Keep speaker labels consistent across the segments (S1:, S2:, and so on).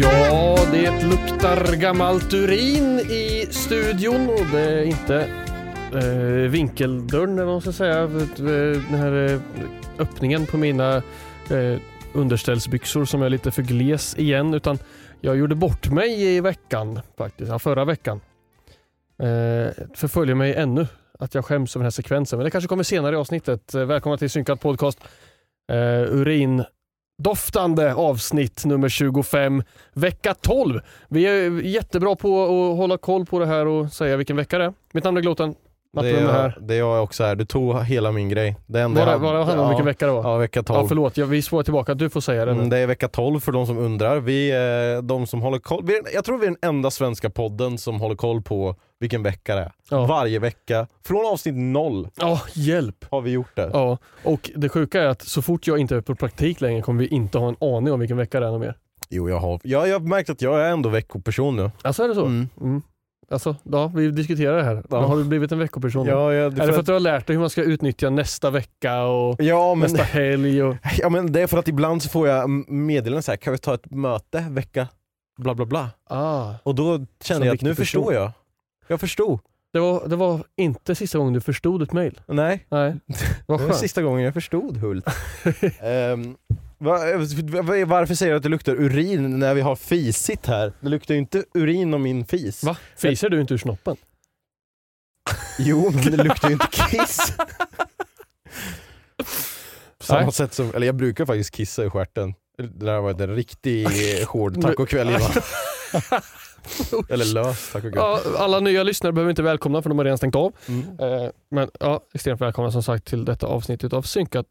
S1: Ja, det luktar gammalt urin i studion och det är inte eh, vinkeldörren eller vad man ska säga. Den här eh, öppningen på mina eh, underställsbyxor som är lite för gles igen utan jag gjorde bort mig i veckan faktiskt, ja, förra veckan. Eh, förföljer mig ännu att jag skäms över den här sekvensen men det kanske kommer senare i avsnittet. Eh, Välkomna till Synkad Podcast. Eh, urin doftande avsnitt nummer 25, vecka 12. Vi är jättebra på att hålla koll på det här och säga vilken vecka det är. Mitt namn är Gloten,
S2: Det
S1: Matte
S2: är,
S1: är här.
S2: jag, det är jag också här. Du tog hela min grej. Det enda
S1: Bara,
S2: jag-
S1: bara handlar om
S2: ja,
S1: vilken vecka det var.
S2: Ja, vecka 12.
S1: Ja, förlåt. Jag, vi spårar tillbaka. Du får säga det nu.
S2: Mm, det är vecka 12 för de som undrar. Vi är de som håller koll. Vi är, jag tror vi är den enda svenska podden som håller koll på vilken vecka det är.
S1: Ja.
S2: Varje vecka. Från avsnitt 0
S1: Ja, hjälp.
S2: har vi gjort det.
S1: Ja, och det sjuka är att så fort jag inte är på praktik längre kommer vi inte ha en aning om vilken vecka det är någon mer.
S2: Jo, jag har, jag, jag har märkt att jag är ändå veckoperson nu.
S1: Alltså är det så? Mm. Alltså, ja, vi diskuterar det här.
S2: Ja.
S1: Men har du blivit en veckoperson?
S2: Ja, jag,
S1: är det för att du har lärt dig hur man ska utnyttja nästa vecka och
S2: ja, men,
S1: nästa helg? Och...
S2: ja, men det är för att ibland så får jag m- meddelanden så här. kan vi ta ett möte vecka bla bla bla.
S1: Ah,
S2: Och då
S1: Som
S2: känner jag att
S1: viktig
S2: nu förstår
S1: person.
S2: jag. Jag förstod.
S1: det, var, det var inte sista gången du förstod ett mejl.
S2: Nej.
S1: Nej, vad
S2: Mm. Det var
S1: skönt.
S2: sista gången jag förstod Hult. Ehm, va- va- varför säger du att det luktar urin när vi har fisit här? Det luktar ju inte urin om min fis.
S1: Va? Fiser du inte ur snoppen?
S2: Jo, men det luktar ju inte kiss. På samma
S1: Nej.
S2: sätt som, eller jag brukar faktiskt kissa i stjärten. Det där har varit en riktig hård tacokväll innan. Eller lös tacokväll.
S1: Ja, alla nya lyssnare behöver inte välkomna för de har redan stängt av.
S2: Mm.
S1: Eh, Men ja, extremt välkomna som sagt till detta avsnitt av Synkat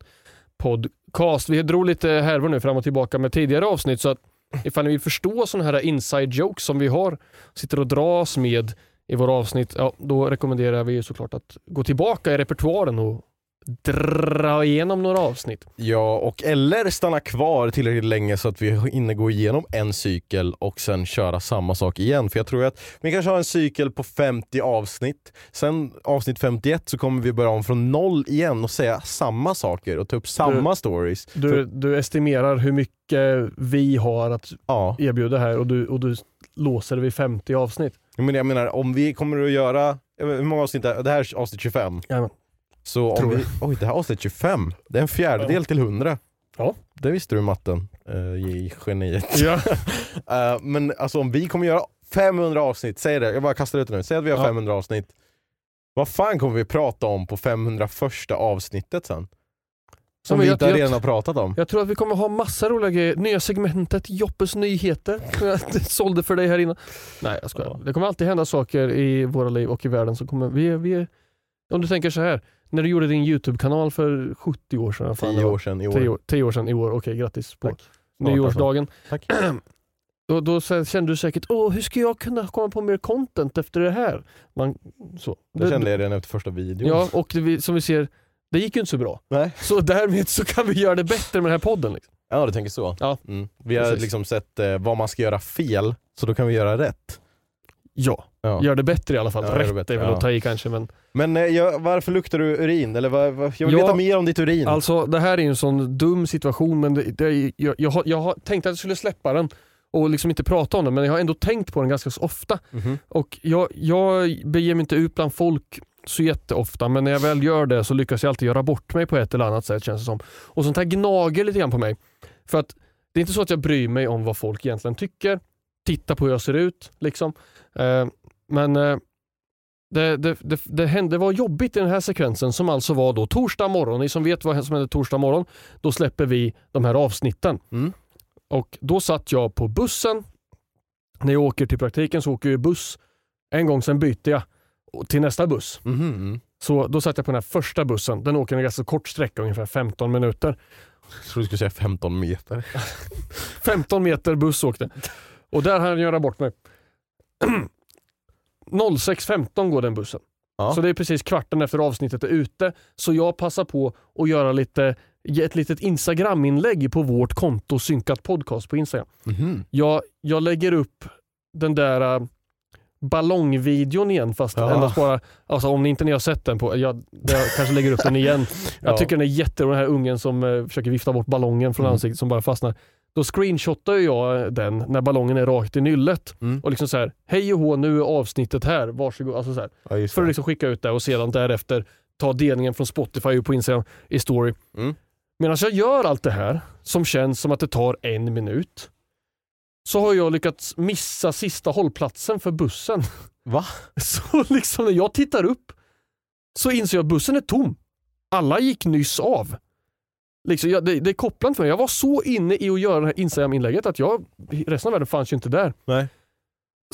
S1: Podcast. Vi drog lite härvor nu fram och tillbaka med tidigare avsnitt så att ifall ni vill förstå sådana här inside jokes som vi har, sitter och dras med i våra avsnitt, ja, då rekommenderar vi ju såklart att gå tillbaka i repertoaren och dra igenom några avsnitt.
S2: Ja, och eller stanna kvar tillräckligt länge så att vi hinner gå igenom en cykel och sen köra samma sak igen. För jag tror att vi kanske har en cykel på 50 avsnitt. Sen avsnitt 51 så kommer vi börja om från noll igen och säga samma saker och ta upp samma stories.
S1: Du,
S2: För-
S1: du estimerar hur mycket vi har att
S2: ja.
S1: erbjuda här och du, och du låser det vid 50 avsnitt.
S2: Men jag menar, om vi kommer att göra, jag vet, hur många avsnitt är det? Det här är avsnitt 25.
S1: Jajamän.
S2: Så om
S1: Tror
S2: vi, oj, det här är avsnitt 25. Det är en fjärdedel till 100.
S1: Ja.
S2: Det visste du matten, uh, geniet.
S1: Ja.
S2: Eh, men alltså om vi kommer göra 500 avsnitt, säg det, jag bara kastar ut det nu. Säg att vi har
S1: Ja.
S2: 500 avsnitt. Vad fan kommer vi prata om på 500 första avsnittet sen? Som
S1: men
S2: vi
S1: jag-
S2: inte
S1: jag-
S2: redan har pratat om.
S1: Jag tror att vi kommer ha massa roliga grejer. Nya segmentet Joppes nyheter. som jag sålde för dig här innan. Nej jag skojar.
S2: Ja.
S1: Det kommer alltid hända saker i våra liv och i världen. som kommer, vi, är- vi, är- om du tänker så här. När du gjorde din YouTube-kanal för 70 år sedan. vad fan det
S2: 10
S1: var.
S2: år sedan i
S1: Tio
S2: år.
S1: år, tio år sedan i år. Okej, grattis på
S2: Tack. Snart,
S1: nyårsdagen.
S2: Tack.
S1: Och då sen kände du säkert, åh hur ska jag kunna komma på mer content efter det här? Man, så.
S2: Det kände jag redan efter första videon.
S1: Ja, och det, vi- som vi ser, det gick ju inte så bra.
S2: Nej.
S1: Så därmed så kan vi göra det bättre med den här podden. Liksom.
S2: ja, du tänker så.
S1: Ja.
S2: Mm. Vi har
S1: Precis.
S2: liksom sett eh, vad man ska göra fel, så då kan vi göra rätt.
S1: Ja,
S2: Ja.
S1: gör det bättre i alla fall.
S2: Ja, gör det
S1: Rätt
S2: bättre,
S1: är väl
S2: ja.
S1: att ta i kanske. Men...
S2: Men eh, jag, varför luktar du urin? Eller vad, vad, jag vill
S1: Ja,
S2: veta mer om ditt urin.
S1: Alltså det här är ju en sån dum situation men det, det, jag, jag, har- jag har tänkt att jag skulle släppa den och liksom inte prata om den men jag har ändå tänkt på den ganska så ofta.
S2: Mhm.
S1: Och jag, jag beger mig inte ut bland folk så jätteofta men när jag väl gör det så lyckas jag alltid göra bort mig på ett eller annat sätt känns det som. Och sånt här gnager lite grann på mig. För att det är inte så att jag bryr mig om vad folk egentligen tycker. Titta på hur jag ser ut liksom. Eh, men eh, det, det, det, det hände var jobbigt i den här sekvensen som alltså var då torsdag morgon. Ni som vet vad som hände torsdag morgon, då släpper vi de här avsnitten.
S2: Mm.
S1: Och då satt jag på bussen. När jag åker till praktiken så åker jag buss. En gång sen bytte jag till nästa buss.
S2: Mhm, mm.
S1: Så då satt jag på den här första bussen. Den åker en ganska kort sträcka, ungefär 15 minuter.
S2: Jag trodde du skulle säga 15 meter.
S1: 15 meter buss åkte. Och där hann jag göra bort mig. 06.15 går den bussen.
S2: Ja.
S1: Så det är precis kvarten efter avsnittet är ute. Så jag passar på att göra lite, ge ett litet Instagram-inlägg på vårt konto Synkat Podcast på Instagram.
S2: Mhm.
S1: Jag, jag lägger upp den där äh, ballongvideon igen fast
S2: Ja.
S1: endast bara, alltså om ni inte ni har sett den på, jag, jag kanske lägger upp den igen. Jag
S2: Ja.
S1: tycker den är jätterolig, den här ungen som eh, försöker vifta bort ballongen från
S2: Mm.
S1: ansiktet som bara fastnar. Då screenshotar ju jag eh, den när ballongen är rakt i nyllet
S2: Mm.
S1: och liksom så här, hej och hå nu är avsnittet här, varsågod. Alltså så här,
S2: Ja, just
S1: för att
S2: det.
S1: liksom skicka ut det och sedan därefter ta delningen från Spotify på Instagram i story.
S2: Mm.
S1: Medan jag gör allt det här, som känns som att det tar en minut, så har jag lyckats missa sista hållplatsen för bussen.
S2: Va?
S1: Så liksom när jag tittar upp så inser jag att bussen är tom. Alla gick nyss av. Liksom, jag, det, det är kopplat för mig. Jag var så inne i att göra det här Instagram-inlägget att jag, resten av världen fanns ju inte där.
S2: Nej.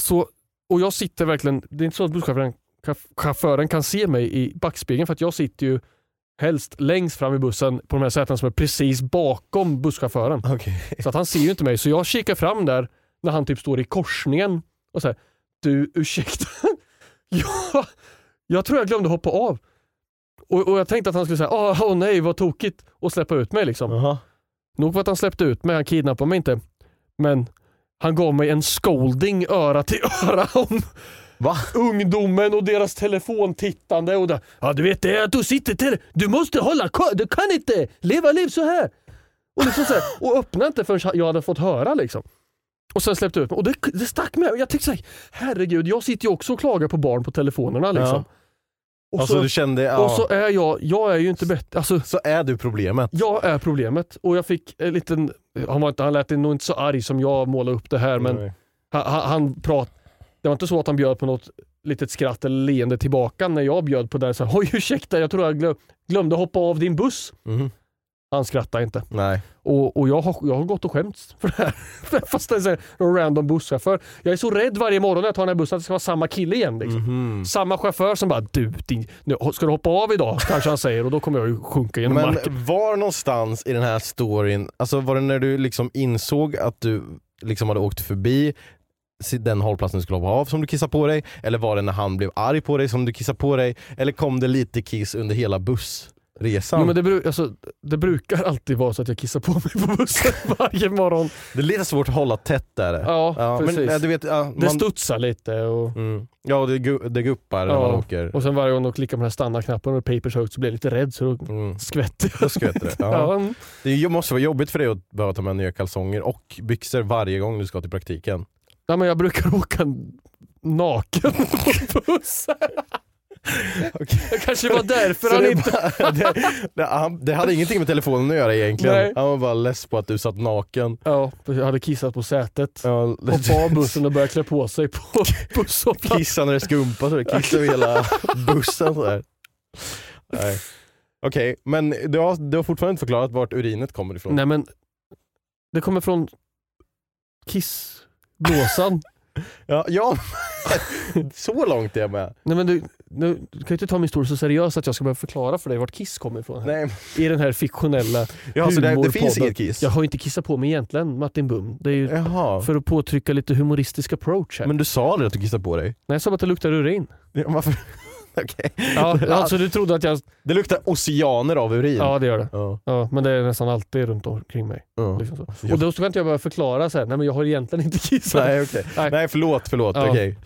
S1: Så, och jag sitter verkligen, det är inte så att busschauffören chaff- chauffören kan se mig i backspegeln för att jag sitter ju helst längst fram i bussen på de här sätena som är precis bakom busschauffören.
S2: Okej.
S1: Så att han ser ju inte mig. Så jag kikar fram där när han typ står i korsningen och säger Du ursäkta, jag, jag tror jag glömde hoppa av. Och, och jag tänkte att han skulle säga "Ah, åh, åh nej vad tokigt och släppa ut mig liksom.
S2: Jaha.
S1: Nog för att han släppte ut mig, han kidnappade mig inte. Men han gav mig en scolding öra till öra om
S2: Va?
S1: ungdomen och deras telefontittande. Och där. Ja, du vet det, att du sitter till Du måste hålla koll, du kan inte leva liv så här. Och, liksom så här, och öppna inte förrän jag hade fått höra liksom. Och sen släppte ut mig. Och det, det stack med mig. Jag tänkte såhär, herregud, jag sitter ju också och klagar på barn på telefonerna liksom. Och,
S2: Alltså
S1: så,
S2: du kände, ja.
S1: och så är jag, jag är ju inte bättre. Alltså,
S2: så är du problemet.
S1: jag är problemet och jag fick en liten, han, var inte, han lät nog inte så arg som jag målade upp det här men
S2: Nej.
S1: han, han, han prat, det var inte så att han bjöd på något litet skratt eller leende tillbaka när jag bjöd på det här. Så här, Oj ursäkta jag tror jag glö, glömde hoppa av din buss.
S2: Mhm.
S1: Han skrattade inte.
S2: Nej.
S1: Och, och jag, har, jag har gått och skämts för det här. Fast det är så här, någon random busschaufför. Jag är så rädd varje morgon när jag tar den här bussen att det ska vara samma kille igen. Liksom.
S2: Mhm.
S1: Samma chaufför som bara du, din, nu, ska du hoppa av idag? Kanske han säger och då kommer jag ju sjunka genom
S2: Men
S1: marken.
S2: var någonstans i den här storyn, alltså var det när du liksom insåg att du liksom hade åkt förbi si- den hållplatsen du skulle hoppa av som du kissade på dig? Eller var det när han blev arg på dig som du kissade på dig? Eller kom det lite kiss under hela bussresan?
S1: Jo, men det, bru- alltså, det brukar alltid vara så att jag kissar på mig på bussen varje morgon.
S2: Det är lite svårt att hålla tätt där.
S1: Ja, precis.
S2: Men, ja, du vet, ja,
S1: Det
S2: man-
S1: studsar lite och,
S2: Mm. Ja, det, gu- det guppar när
S1: Ja.
S2: man åker.
S1: och sen varje gång de klickar på den här stanna-knappen och papers högt så blir jag lite rädd så då
S2: Mm.
S1: skvätter jag.
S2: Då skvätter det. Ja.
S1: Ja. mm.
S2: Det ju- måste vara jobbigt för dig att behöva ta med nya kalsonger och byxor varje gång du ska till praktiken.
S1: Nej, men jag brukar åka naken på bussen. Det kanske var därför
S2: Så
S1: han
S2: det
S1: inte...
S2: bara- det, det, han, det hade ingenting med telefonen att göra egentligen.
S1: Nej.
S2: Han var bara less på att du satt naken.
S1: Ja, jag hade kissat på sätet.
S2: Ja, det-
S1: Och bar bussen och började klä på sig på busshållplatsen.
S2: Kissa när det skumpar så det kissar över hela bussen. Så där. Nej. Okej, men du har, du har fortfarande inte förklarat vart urinet kommer ifrån.
S1: Nej men, det kommer från kissblåsan.
S2: Ja, ja. så långt är jag med.
S1: Nej, men du, nu, du kan ju inte ta min historia så seriöst att jag ska behöva förklara för dig vart Kiss kommer ifrån. Här.
S2: Nej.
S1: I den här fiktionella
S2: Ja, så det, det finns
S1: humorpodden.
S2: inget kiss?
S1: Jag har ju inte kissat på mig egentligen, Martin Bum. Det är ju
S2: Jaha.
S1: för att påtrycka lite humoristisk approach här.
S2: Men du sa aldrig att du kissade på dig?
S1: Nej, jag sa bara att det luktar urin.
S2: Ja, varför? Okej.
S1: Ja, alltså du trodde att jag...
S2: Det luktar oceaner av urin.
S1: Ja, det gör det.
S2: Ja.
S1: Ja, men det är nästan alltid runt omkring mig.
S2: Ja.
S1: Liksom så.
S2: Ja.
S1: Och då ska inte jag behöva förklara så här, nej men jag har egentligen inte kissat.
S2: Nej okej.
S1: Nej.
S2: Nej förlåt, förlåt.
S1: Ja.
S2: Okej.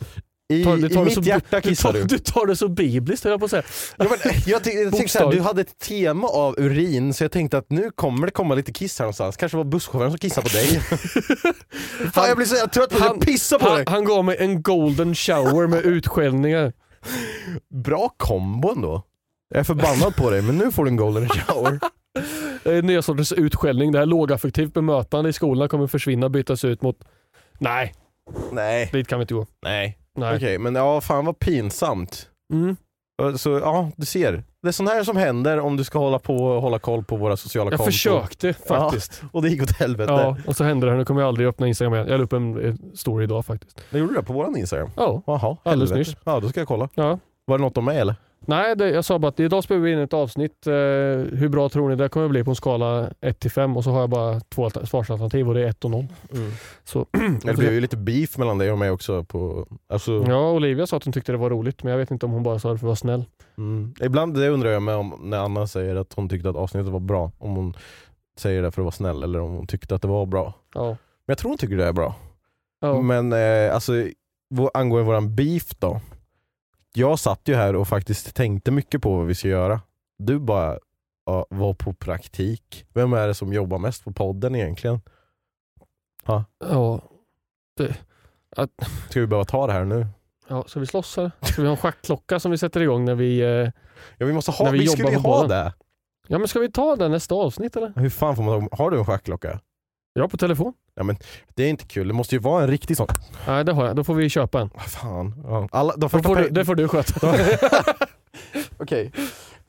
S2: I,
S1: Tar- du tar
S2: I
S1: det
S2: mitt
S1: som-
S2: hjärta
S1: Du
S2: kissar
S1: tar,
S2: du.
S1: du tar det så bibliskt höll jag på att säga.
S2: Ja, men, eh, jag ty- jag tänkte så här,
S1: Bokstavligt.
S2: du hade ett tema av urin så jag tänkte att nu kommer det komma lite kiss här någonstans. Kanske var busschauffören som kissade på dig. Fan jag blir så jävla trött på att jag
S1: han-
S2: pissar på
S1: Han,
S2: dig.
S1: han gav mig en golden shower med utskällningar.
S2: Bra kombo ändå. Jag är förbannad på dig men nu får du en golden shower.
S1: Eh, Nya sorters utskällning. Det här lågaffektivt bemötande i skolan kommer försvinna bytas ut mot Nej,
S2: Nej.
S1: dit kan vi inte gå.
S2: Nej.
S1: Nej.
S2: Okej men ja fan vad pinsamt. Eh,
S1: Mm.
S2: Så ja, du ser. Det är sånt här som händer om du ska hålla på och hålla koll på våra sociala
S1: Jag
S2: konton.
S1: försökte faktiskt.
S2: Och det gick åt helvete.
S1: Ja, och så hände det här. Nu kommer jag aldrig öppna Instagram igen. Jag la upp en eh, story idag faktiskt.
S2: Det gjorde du det på våran Instagram?
S1: Ja.
S2: Jaha,
S1: Alldeles
S2: helvete.
S1: nyss.
S2: Ja, då ska jag kolla.
S1: ja.
S2: Var det något om mig eller?
S1: Nej, det, jag sa bara att idag spelar vi in ett avsnitt. Eh, hur bra tror ni det kommer bli på en skala 1 till 5? Och så har jag bara två alter- svarsalternativ och det är 1 och 0. Så,
S2: Det blev ju lite beef mellan dig och mig också. På, alltså,
S1: ja, Olivia sa att hon tyckte det var roligt, men jag vet inte om hon bara sa det för att vara snäll.
S2: mm. Ibland det undrar jag med om när Anna säger att hon tyckte att avsnittet var bra. Om hon säger det för att vara snäll eller om hon tyckte att det var bra.
S1: Ja.
S2: Men jag tror hon tycker det är bra.
S1: Ja.
S2: Men eh, alltså, vår, angående våran beef då. Jag satt ju här och faktiskt tänkte mycket på vad vi ska göra. Du bara ja, var på praktik. Vem är det som jobbar mest på podden egentligen?
S1: Ja.
S2: Ska vi behöva ta det här nu?
S1: ja. Ska vi slåss här? Ska vi ha en schackklocka som vi sätter igång när vi... Eh...
S2: Ja, vi måste ha,
S1: När vi
S2: vi skulle
S1: jobbar
S2: ju
S1: på
S2: ha
S1: podden.
S2: det.
S1: Ja, men ska vi ta den nästa avsnitt eller?
S2: Hur fan får man ta- Har du en schackklocka?
S1: Ja, på telefon.
S2: Det är inte kul, det måste ju vara en riktig sån.
S1: Nej, det har jag. Då får vi köpa en.
S2: Ah, fan. Ja. Alla, de
S1: Då
S2: första
S1: får du,
S2: pe-
S1: det får du sköta.
S2: Okej.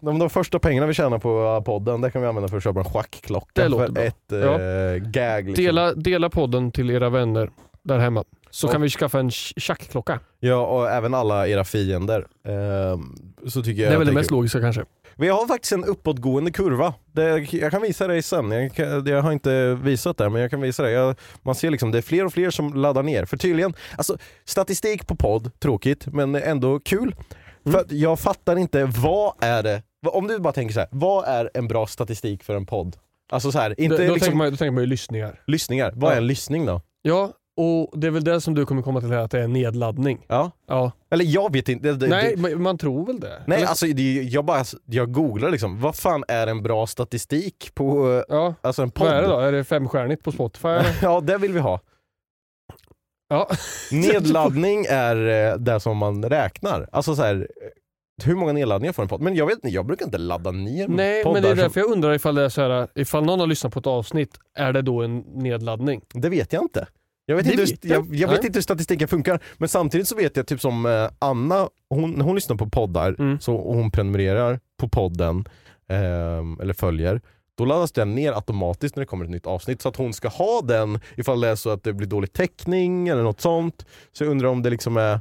S2: De, de första pengarna vi tjänar på eh, podden, det kan vi använda för att köpa en schackklocka.
S1: Det låter
S2: för
S1: bra.
S2: ett eh, gag. Liksom.
S1: Dela, dela podden till era vänner där hemma. Så
S2: Ja.
S1: kan vi skaffa en sch- schackklocka.
S2: Ja, och även alla era fiender. Ehm, så tycker jag
S1: det är väl det
S2: att
S1: mest
S2: kul.
S1: logiska kanske.
S2: Vi har faktiskt en uppåtgående kurva. Det, jag kan visa dig sen. Jag, kan, jag har inte visat det, men jag kan visa dig. Jag, man ser liksom, det är fler och fler som laddar ner. För tydligen, alltså statistik på podd, tråkigt, men ändå kul.
S1: Mm.
S2: För att jag fattar inte, vad är det? Om du bara tänker så här, vad är en bra statistik för en podd? Alltså så här, inte
S1: då,
S2: liksom
S1: tänker man, då tänker man ju lyssningar.
S2: lyssningar. Vad
S1: Ja.
S2: är en lyssning då?
S1: Ja, och det är väl det som du kommer komma till här, att det är nedladdning.
S2: Ja.
S1: Ja.
S2: Eller jag vet inte. Det, det,
S1: Nej, man, man tror väl det.
S2: Nej,
S1: Eller-
S2: alltså det, är- jag bara jag googlar liksom. Vad fan är en bra statistik på eh,
S1: ja.
S2: alltså en podd?
S1: Vad är det då? Är det femstjärnigt på Spotify? eller?
S2: ja, det vill vi ha.
S1: ja.
S2: Nedladdning är eh, det som man räknar. Alltså så här, eh, hur många nedladdningar får en podd? Men jag vet inte, jag brukar inte ladda ner
S1: Nej,
S2: poddar.
S1: men det är
S2: som,
S1: därför jag undrar ifall det är så här, ifall någon har lyssnat på ett avsnitt, är det då en nedladdning?
S2: det vet jag inte. Jag vet,
S1: Det
S2: inte,
S1: vet
S2: hur, jag,
S1: jag.
S2: jag vet
S1: Nej.
S2: inte hur statistiken funkar, men samtidigt så vet jag typ som eh, Anna, hon, hon lyssnar på poddar
S1: Mm.
S2: så, och hon prenumererar på podden, ehm, eller följer. Då laddas den ner automatiskt när det kommer ett nytt avsnitt så att hon ska ha den ifall det är så att det blir dålig täckning eller något sånt. Så jag undrar om det liksom är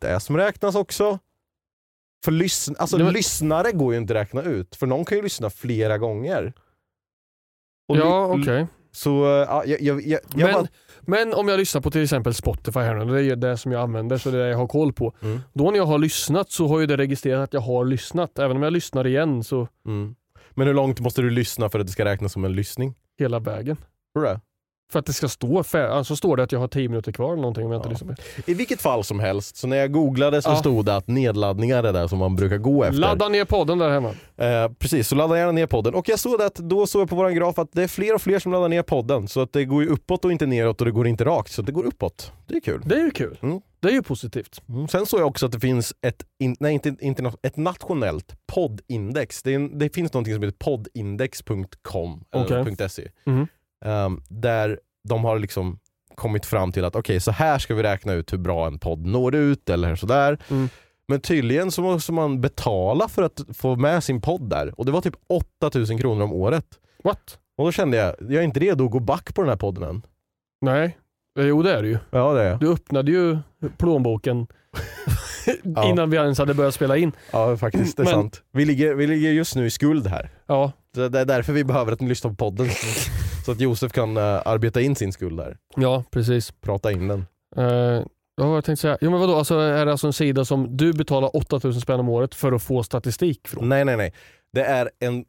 S2: det som räknas också. För lyssn alltså,
S1: Det var-
S2: lyssnare går ju inte att räkna ut, för någon kan ju lyssna flera gånger. Och
S1: ja,
S2: ly-
S1: okej.
S2: Så eh, ja, jag, jag, jag, jag
S1: Men,
S2: bara,
S1: men om jag lyssnar på till exempel Spotify här nu, det är ju det som jag använder så det är det jag har koll på.
S2: Mm.
S1: Då när jag har lyssnat så har ju det registrerat att jag har lyssnat. Även om jag lyssnar igen så
S2: Mm. Men hur långt måste du lyssna för att det ska räknas som en lyssning?
S1: hela vägen.
S2: Tror du det?
S1: För att det ska stå, fä- alltså står det att jag har 10 minuter kvar eller någonting om jag inte
S2: Ja.
S1: lyssnar på
S2: I vilket fall som helst, så när jag googlade så
S1: Ja.
S2: stod det att nedladdningar är det där som man brukar gå efter.
S1: Ladda ner podden där hemma.
S2: Eh, precis, så ladda gärna ner podden. Och jag såg det att då såg jag på våran graf att det är fler och fler som laddar ner podden. Så att det går ju uppåt och inte neråt och det går inte rakt. Så att det går uppåt. Det är kul.
S1: Det är ju kul.
S2: Mm.
S1: Det är ju positivt.
S2: Mm. Sen såg jag också att det finns ett, in, nej, inte, inte, något- ett nationellt poddindex. Det, är en, det finns någonting som heter poddindex.com. eller
S1: Okej.
S2: .se.
S1: Mhm.
S2: Ehm, där de har liksom kommit fram till att okej, så här ska vi räkna ut hur bra en podd når ut eller sådär.
S1: Mm.
S2: Men tydligen så måste man betala för att få med sin podd där och det var typ 8000 kronor om året.
S1: What?
S2: Och då kände jag, jag är inte redo att gå back på den här podden än.
S1: Nej, Eh, Jo det är det ju.
S2: Ja, det är jag.
S1: Du öppnade ju plånboken
S2: Ja.
S1: innan vi ens hade börjat spela in.
S2: Ja, faktiskt. Det är
S1: Men-
S2: sant. Vi ligger, vi ligger just nu i skuld här.
S1: Ja,
S2: Det det är därför vi behöver att ni lyssnar på podden. så att Josef kan eh, arbeta in sin skuld där.
S1: ja precis.
S2: Prata in den.
S1: Eh, ja, vad har jag tänkte säga? Jo men vadå, alltså, är det alltså en sida som du betalar 8000 spänn om året för att få statistik från?
S2: Nej, nej, nej. Det är en,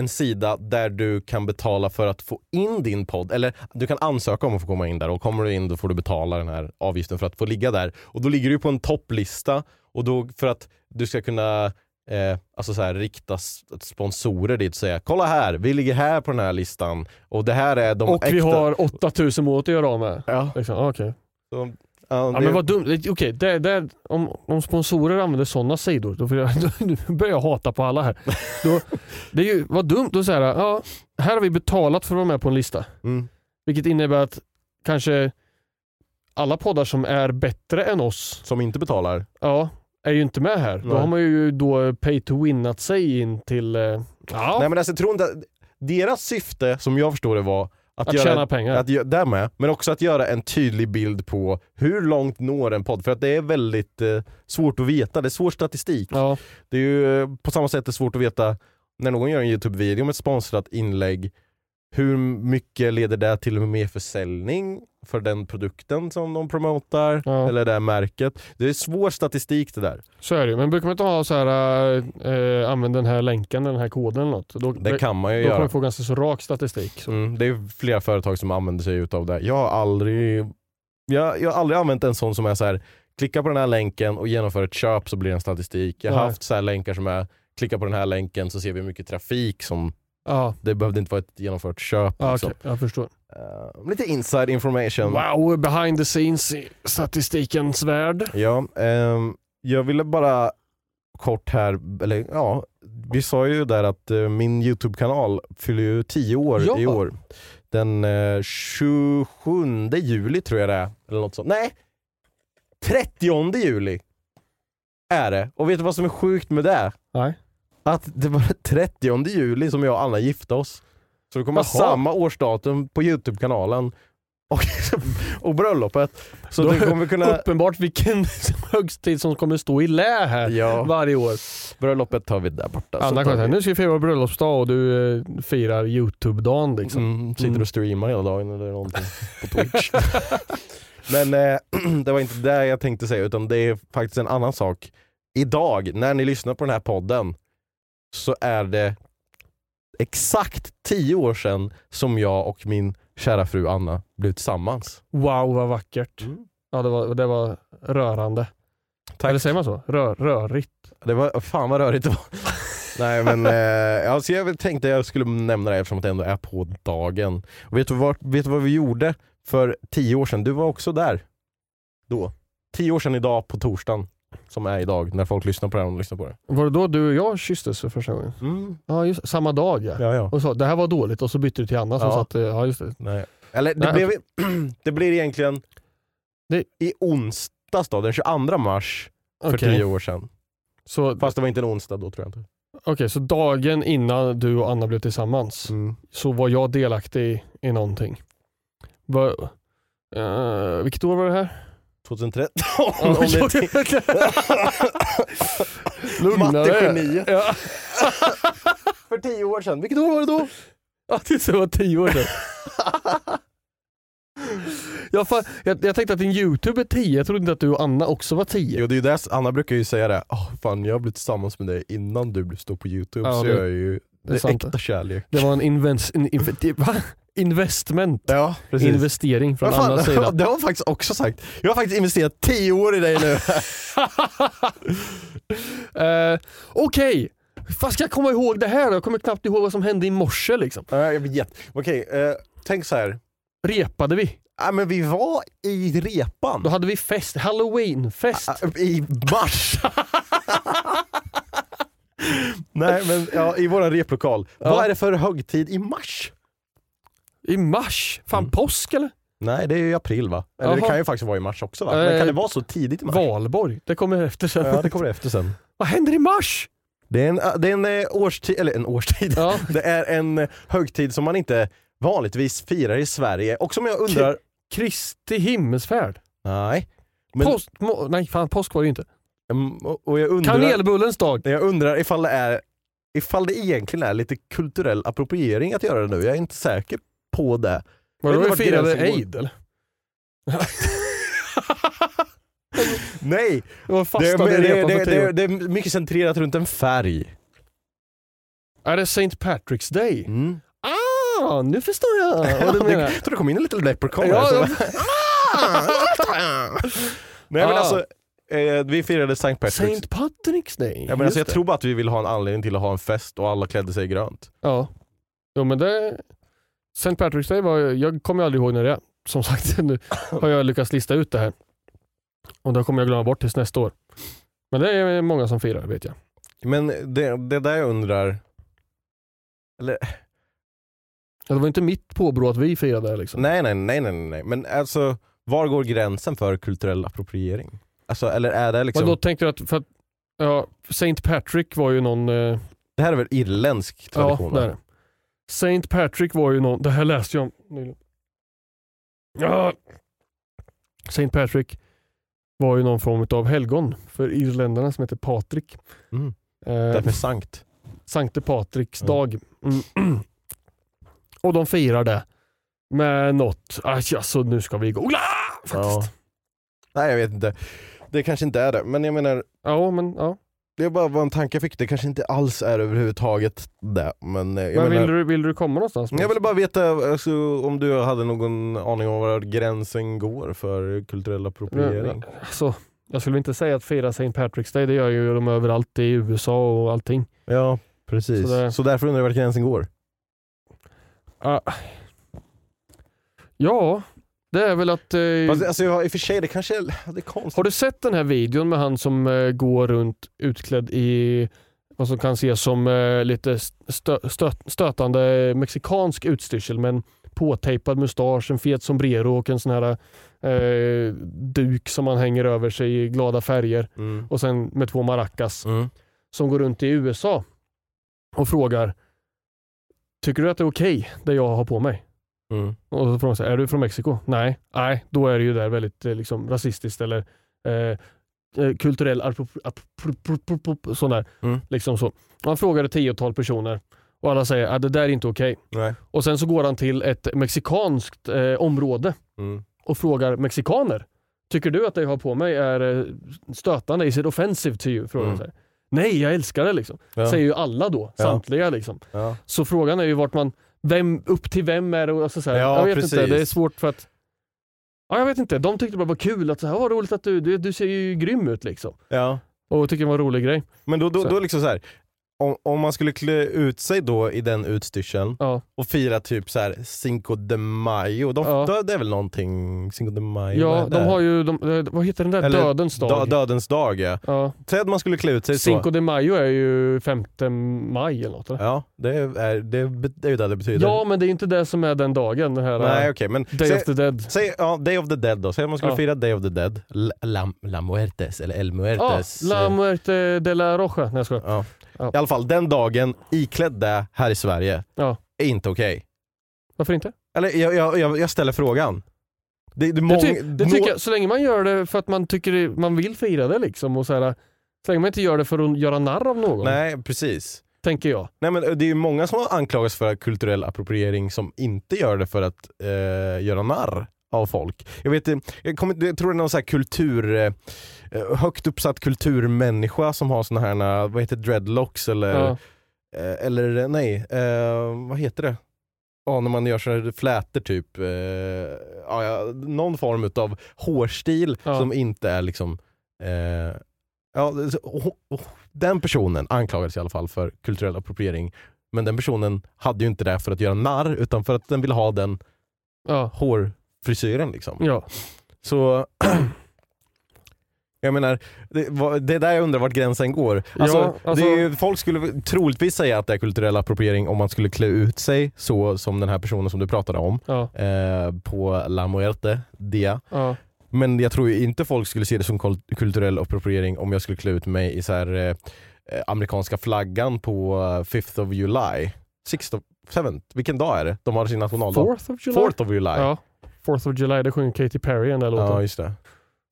S2: en sida där du kan betala för att få in din podd. Eller du kan ansöka om att få komma in där och kommer du in då får du betala den här avgiften för att få ligga där. Och då ligger du på en topplista och då för att du ska kunna Eh, alltså så här, rikta s- sponsorer dit och säga kolla här, vi ligger här på den här listan och det här är de
S1: Och
S2: äkta.
S1: vi har 8000 om året att göra av med.
S2: Ja,
S1: Liksom, ah, okej.
S2: så,
S1: Ja, men vad dumt. Eh, Okej, det, det, om, om sponsorer använder sådana sidor, då, får jag, då börjar jag hata på alla här. Då, det är ju, vad dumt att säga, ja, här har vi betalat för att vara med på en lista.
S2: mm,
S1: Vilket innebär att kanske alla poddar som är bättre än oss
S2: som inte betalar.
S1: ja, är ju inte med här. Då
S2: Nej.
S1: har man ju då pay to winnat sig in till... eh, Ja,
S2: Nej men alltså, jag tror inte att, deras syfte, som jag förstår det var, att,
S1: att
S2: göra,
S1: tjäna pengar.
S2: att, gö- där med, men också att göra en tydlig bild på hur långt når en podd? För att det är väldigt eh, svårt att veta, det är svår statistik.
S1: ja,
S2: Det är ju eh, på samma sätt det är svårt att veta när någon gör en YouTube-video med ett sponsrat inlägg, hur mycket leder det till mer försäljning för den produkten som de promotar
S1: Ja.
S2: eller det här märket? Det är svår statistik det där.
S1: så är det ju. Men brukar man inte ha så här, eh, eh, använd den här länken, den här koden eller något. Då,
S2: Det kan man ju
S1: då
S2: göra.
S1: kommer man få ganska så rak statistik. Så.
S2: Mm, det är flera företag som använder sig utav det. Jag har aldrig, jag, jag har aldrig använt en sån som är så här. klicka på den här länken och genomför ett köp så blir det en statistik. Jag har
S1: Nej.
S2: haft så här länkar som är, klicka på den här länken så ser vi hur mycket trafik som,
S1: Ja,
S2: det behövde inte vara ett genomfört köp.
S1: ja
S2: liksom.
S1: okej, jag förstår.
S2: Eh, lite inside information.
S1: Wow, behind the scenes i statistikens värld.
S2: Ja, ehm, jag ville bara kort här, eller ja, vi sa ju där att eh, min YouTube-kanal fyller ju 10 år
S1: Ja.
S2: i år. Den eh, 27 juli tror jag det är, eller något sånt. Nej! 30 juli är det. Och vet du vad som är sjukt med det?
S1: Nej.
S2: Att det var den 30 juli som jag och Anna gifte oss. Så det kommer
S1: Jaha.
S2: samma årsdatum på YouTube-kanalen och, och bröllopet. Så
S1: Då-
S2: det kommer kunna...
S1: Uppenbart vilken högtid som kommer stå i lä här
S2: Ja. Alltså,
S1: varje år.
S2: Bröllopet tar vi där borta.
S1: Anna
S2: tar
S1: kommer säga,
S2: vi-
S1: nu ska vi fira vår bröllopsdag och du eh, firar Youtube-dagen liksom.
S2: Mm, sitter
S1: Mm.
S2: och streamar hela dagen eller någonting på Twitch. Men eh, det var inte det jag tänkte säga utan det är faktiskt en annan sak. Idag när ni lyssnar på den här podden så är det exakt tio år sedan som jag och min kära fru Anna blev tillsammans.
S1: Wow vad vackert. Ja, det var, det var rörande.
S2: Tack.
S1: Eller säger man så? Rör, rörigt.
S2: Det var, fan vad rörigt det var. Nej men eh, alltså jag tänkte jag skulle nämna det eftersom det ändå är på dagen. Och vet, du vad, vet du vad vi gjorde för tio år sedan? Du var också där. Då. Tio år sedan idag på torsdagen. Som är idag när folk lyssnar på det här. Om de lyssnar på det.
S1: Var det då du och jag kysstes för första gången?
S2: Mm.
S1: Ja, just Samma dag ja.
S2: Ja, ja.
S1: Och så, det här var dåligt och så bytte du till Anna som
S2: Ja.
S1: satt... eh, Ja, just det.
S2: Nej. Eller det,
S1: Nej,
S2: blev, det blir egentligen
S1: Det-
S2: i onsdags då, den 22 mars för
S1: Okej.
S2: tio år sedan.
S1: Så,
S2: Fast det var inte en onsdag då tror jag inte.
S1: okej, så dagen innan du och Anna blev tillsammans så var jag delaktig i någonting. Va, eh, vilket år var det här?
S2: 2013. om det är ti-
S1: Lugna dig.
S2: Mattegeniet.
S1: Ja,
S2: För tio år sedan. Vilket år var det då?
S1: ja, det var tio år sedan. Jag, fa- jag, jag tänkte att din youtube är tio, jag trodde inte att du och Anna också var tio.
S2: Jo, det är ju det. Anna brukar ju säga det. Oh, fan, jag blev tillsammans med dig innan du blev stor på YouTube.
S1: Ja,
S2: så
S1: det-
S2: jag är ju
S1: det är
S2: det är
S1: sant.
S2: äkta kärlek.
S1: Det var en invens, in,
S2: typ,
S1: inv- va? investment.
S2: Ja,
S1: Investering från
S2: Vad fan,
S1: Annas sida.
S2: Det har jag faktiskt också sagt. Jag har faktiskt investerat tio år i dig nu.
S1: Eh, Okej, fast ska jag komma ihåg det här? Jag kommer knappt ihåg vad som hände i morse. Liksom.
S2: Nej, jag vet. Okej, eh, tänk så här.
S1: Repade vi?
S2: Ah, men vi var i repan.
S1: Då hade vi fest, halloweenfest.
S2: Ah, I mars. Nej men ja, i vår replokal. Vad är det för högtid i mars?
S1: I mars? Fan
S2: Mm.
S1: påsk eller?
S2: Nej det är ju i april va? Eller det
S1: Jaha.
S2: kan ju faktiskt vara i mars också va? Men
S1: Eh,
S2: kan det vara så tidigt i mars?
S1: Valborg, det kommer efter sen.
S2: Ja det kommer efter sen.
S1: Vad händer i mars?
S2: Det är en, det är en eh, årstid, eller en årstid,
S1: Ja.
S2: det är en eh, högtid som man inte vanligtvis firar i Sverige och som jag undrar
S1: Kristi himmelsfärd.
S2: Nej. Men,
S1: Påsk, må, nej fan påsk var det ju inte.
S2: Mm, och och jag, undrar,
S1: Kanelbullens dag.
S2: jag undrar ifall det är ifall det egentligen är lite kulturell appropriering att göra det nu. Jag är inte säker på det.
S1: Vadå
S2: vet inte
S1: vi
S2: vart
S1: firade
S2: gränsen
S1: aid
S2: går.
S1: eller?
S2: Nej,
S1: Det var
S2: det,
S1: fasta
S2: men det, det,
S1: repan
S2: det,
S1: för tio
S2: det,
S1: år.
S2: är mycket centrerat runt en färg.
S1: Är det St. Patrick's Day?
S2: Mm.
S1: Ah, nu förstår jag
S2: Ja,
S1: vad
S2: det,
S1: du menar.
S2: jag tror det kom in en liten leprechaun
S1: Ja,
S2: här.
S1: ja.
S2: som- Nej men
S1: Ah.
S2: alltså, eh, vi firade St. Patrick's.
S1: St. Patrick's Day.
S2: Ja, men
S1: just
S2: alltså, jag
S1: det.
S2: tror bara att vi vill ha en anledning till att ha en fest och alla klädde sig i grönt.
S1: Ja. Jo men det... St. Patrick's Day var... Jag kommer aldrig ihåg när det är. Som sagt, nu har jag lyckats lista ut det här. Och det kommer jag glömma bort tills nästa år. Men det är många som firar vet jag.
S2: Men det, det där jag undrar,
S1: Ja, Det var inte mitt påbrå att vi firade det liksom.
S2: nej nej nej nej nej, men alltså var går gränsen för kulturell appropriering? Alltså, eller är det liksom,
S1: Men då tänkte jag att, för att ja, Saint Patrick var ju någon... Eh,
S2: det här är väl irländsk
S1: ja,
S2: tradition? va?
S1: där. Saint Patrick var ju någon... Det här läste jag om nyligen. Ja. Saint Patrick var ju någon form av helgon för irländarna som heter Patrik.
S2: Mm.
S1: Eh,
S2: Därför sankt.
S1: Sankte Patriks
S2: Ja.
S1: dag. Mm. Och de firar det med något. Aj, alltså, nu ska vi googla! Faktiskt.
S2: Nej jag vet inte, det kanske inte är det, men jag menar,
S1: Ja, men, ja.
S2: det bara var en tanke jag fick, det kanske inte alls är överhuvudtaget det. Men, eh, jag
S1: men
S2: menar,
S1: vill, du, vill du komma någonstans? med
S2: Jag
S1: oss?
S2: ville bara veta alltså, om du hade någon aning om var gränsen går för kulturell appropriering.
S1: Alltså, jag skulle inte säga att fira St. Patrick's Day, det gör ju de överallt i USA och allting.
S2: Ja, precis.
S1: Så det-
S2: Så därför undrar jag var gränsen går.
S1: Ah. ja, det är väl att...
S2: Fast,
S1: Eh,
S2: alltså, jag, I och för sig, det kanske är, det är konstigt.
S1: har du sett den här videon med han som eh, går runt utklädd i vad som kan ses som eh, lite stö, stö, stötande mexikansk utstyrsel med en påtejpad mustasch, en fet sombrero och en sån här eh, duk som man hänger över sig i glada färger
S2: Mm.
S1: och sen med två maracas.
S2: Mm.
S1: som går runt i USA och frågar Tycker du att det är okej det jag har på mig?
S2: Mm.
S1: Och så frågar de så här, är du från Mexiko? Nej, nej, då är det ju där väldigt eh, liksom, rasistiskt eller eh, eh, kulturell appro- appro- appro- appro- appro- sån där.
S2: Mm.
S1: Liksom så. Han frågar ett tiotal personer och alla säger att det där är inte okej.
S2: Nej.
S1: Och sen så går han till ett mexikanskt eh, område
S2: Mm.
S1: och frågar mexikaner. Tycker du att det jag har på mig är eh, stötande? Is it offensive to you? Frågar de
S2: Mm.
S1: så här. Nej, jag älskar det liksom
S2: Ja.
S1: säger ju alla då,
S2: Ja.
S1: samtliga liksom.
S2: Ja.
S1: Så frågan är ju vart man, vem, upp till vem är det? och Alltså, så här,
S2: Ja,
S1: jag vet inte,
S2: precis.
S1: det är svårt för att Ja, jag vet inte, de tyckte bara det var kul att så här, "Åh, vad roligt att du, du, du ser ju grym ut liksom.
S2: Ja.
S1: Och tycker det var en rolig grej.
S2: Men då, då,
S1: Så.
S2: då liksom så här. Om, om man skulle klä ut sig då i den utstyrseln
S1: Ja.
S2: och fira typ så här Cinco de Mayo, de,
S1: Ja.
S2: då, det är väl någonting Cinco de Mayo? vad
S1: Ja,
S2: är
S1: de
S2: det?
S1: har ju, de, eh, vad heter den där,
S2: Eller
S1: Dödens dag?
S2: Da- dödens dag ja.
S1: ja.
S2: Säg att man skulle klä ut sig så.
S1: Cinco de Mayo är ju 5 maj eller något. eller?
S2: Ja, det är, det, det är ju det det betyder.
S1: Ja, men det är inte det som är den dagen. Den här,
S2: Nej
S1: eh,
S2: okej, men
S1: Day
S2: säg,
S1: of the Dead.
S2: säg ja, Day of the Dead då, säg att man skulle
S1: Ja.
S2: fira Day of the Dead. La, la, la Muertes eller El
S1: Ja,
S2: Muertes.
S1: Ah, La
S2: Eh,
S1: Muerte de la Roja. Nej, jag skojar.
S2: ja.
S1: Ja.
S2: I alla fall den dagen, iklädd det här i Sverige,
S1: Ja.
S2: är inte okej.
S1: Varför inte?
S2: Eller jag, jag, jag, jag ställer frågan. Det, det, är
S1: Det,
S2: mång,
S1: ty, det tycker
S2: nå-
S1: jag, så länge man gör det för att man tycker det, man vill fira det liksom. Och så, här, så länge man inte gör det för att göra narr av någon,
S2: Nej precis.
S1: tänker jag.
S2: Nej, men eh, det är ju många som har anklagats för kulturell appropriering som inte gör det för att eh, göra narr av folk. Jag, vet, eh, jag, kommer, inte- jag tror det är någon så här kultur, eh, högt uppsatt kulturmänniska som har såna här, eh, vad heter det, dreadlocks eller,
S1: Ja.
S2: eh, eller nej, eh, vad heter det? Ja, när man gör såna här flätor typ. Eh, ja, ja, någon form utav hårstil
S1: Ja.
S2: som inte är liksom eh, Ja, så- oh, oh, den personen anklagades i alla fall för kulturell appropriering. Men den personen hade ju inte det för att göra narr, utan för att den ville ha den
S1: Ja.
S2: hårfrisyren. Liksom.
S1: Ja.
S2: Så jag menar, det, var- det är där jag undrar vart gränsen går. Alltså,
S1: Ja, alltså-
S2: Det är ju, folk skulle troligtvis säga att det är kulturell appropriering om man skulle klä ut sig så som den här personen som du pratade om
S1: Ja.
S2: eh, på La Muerte Dia.
S1: Ja.
S2: Men jag tror ju inte folk skulle se det som kol- kulturell appropriering om jag skulle klä ut mig i så här, eh, eh, amerikanska flaggan på eh, 5th of July. 6th of, 7th, vilken dag är det? De har sin nationaldag.
S1: Fourth of July?
S2: Fourth of July.
S1: ja. Fourth of July, där sjunger Katy Perry den där låten.
S2: Ja, just det.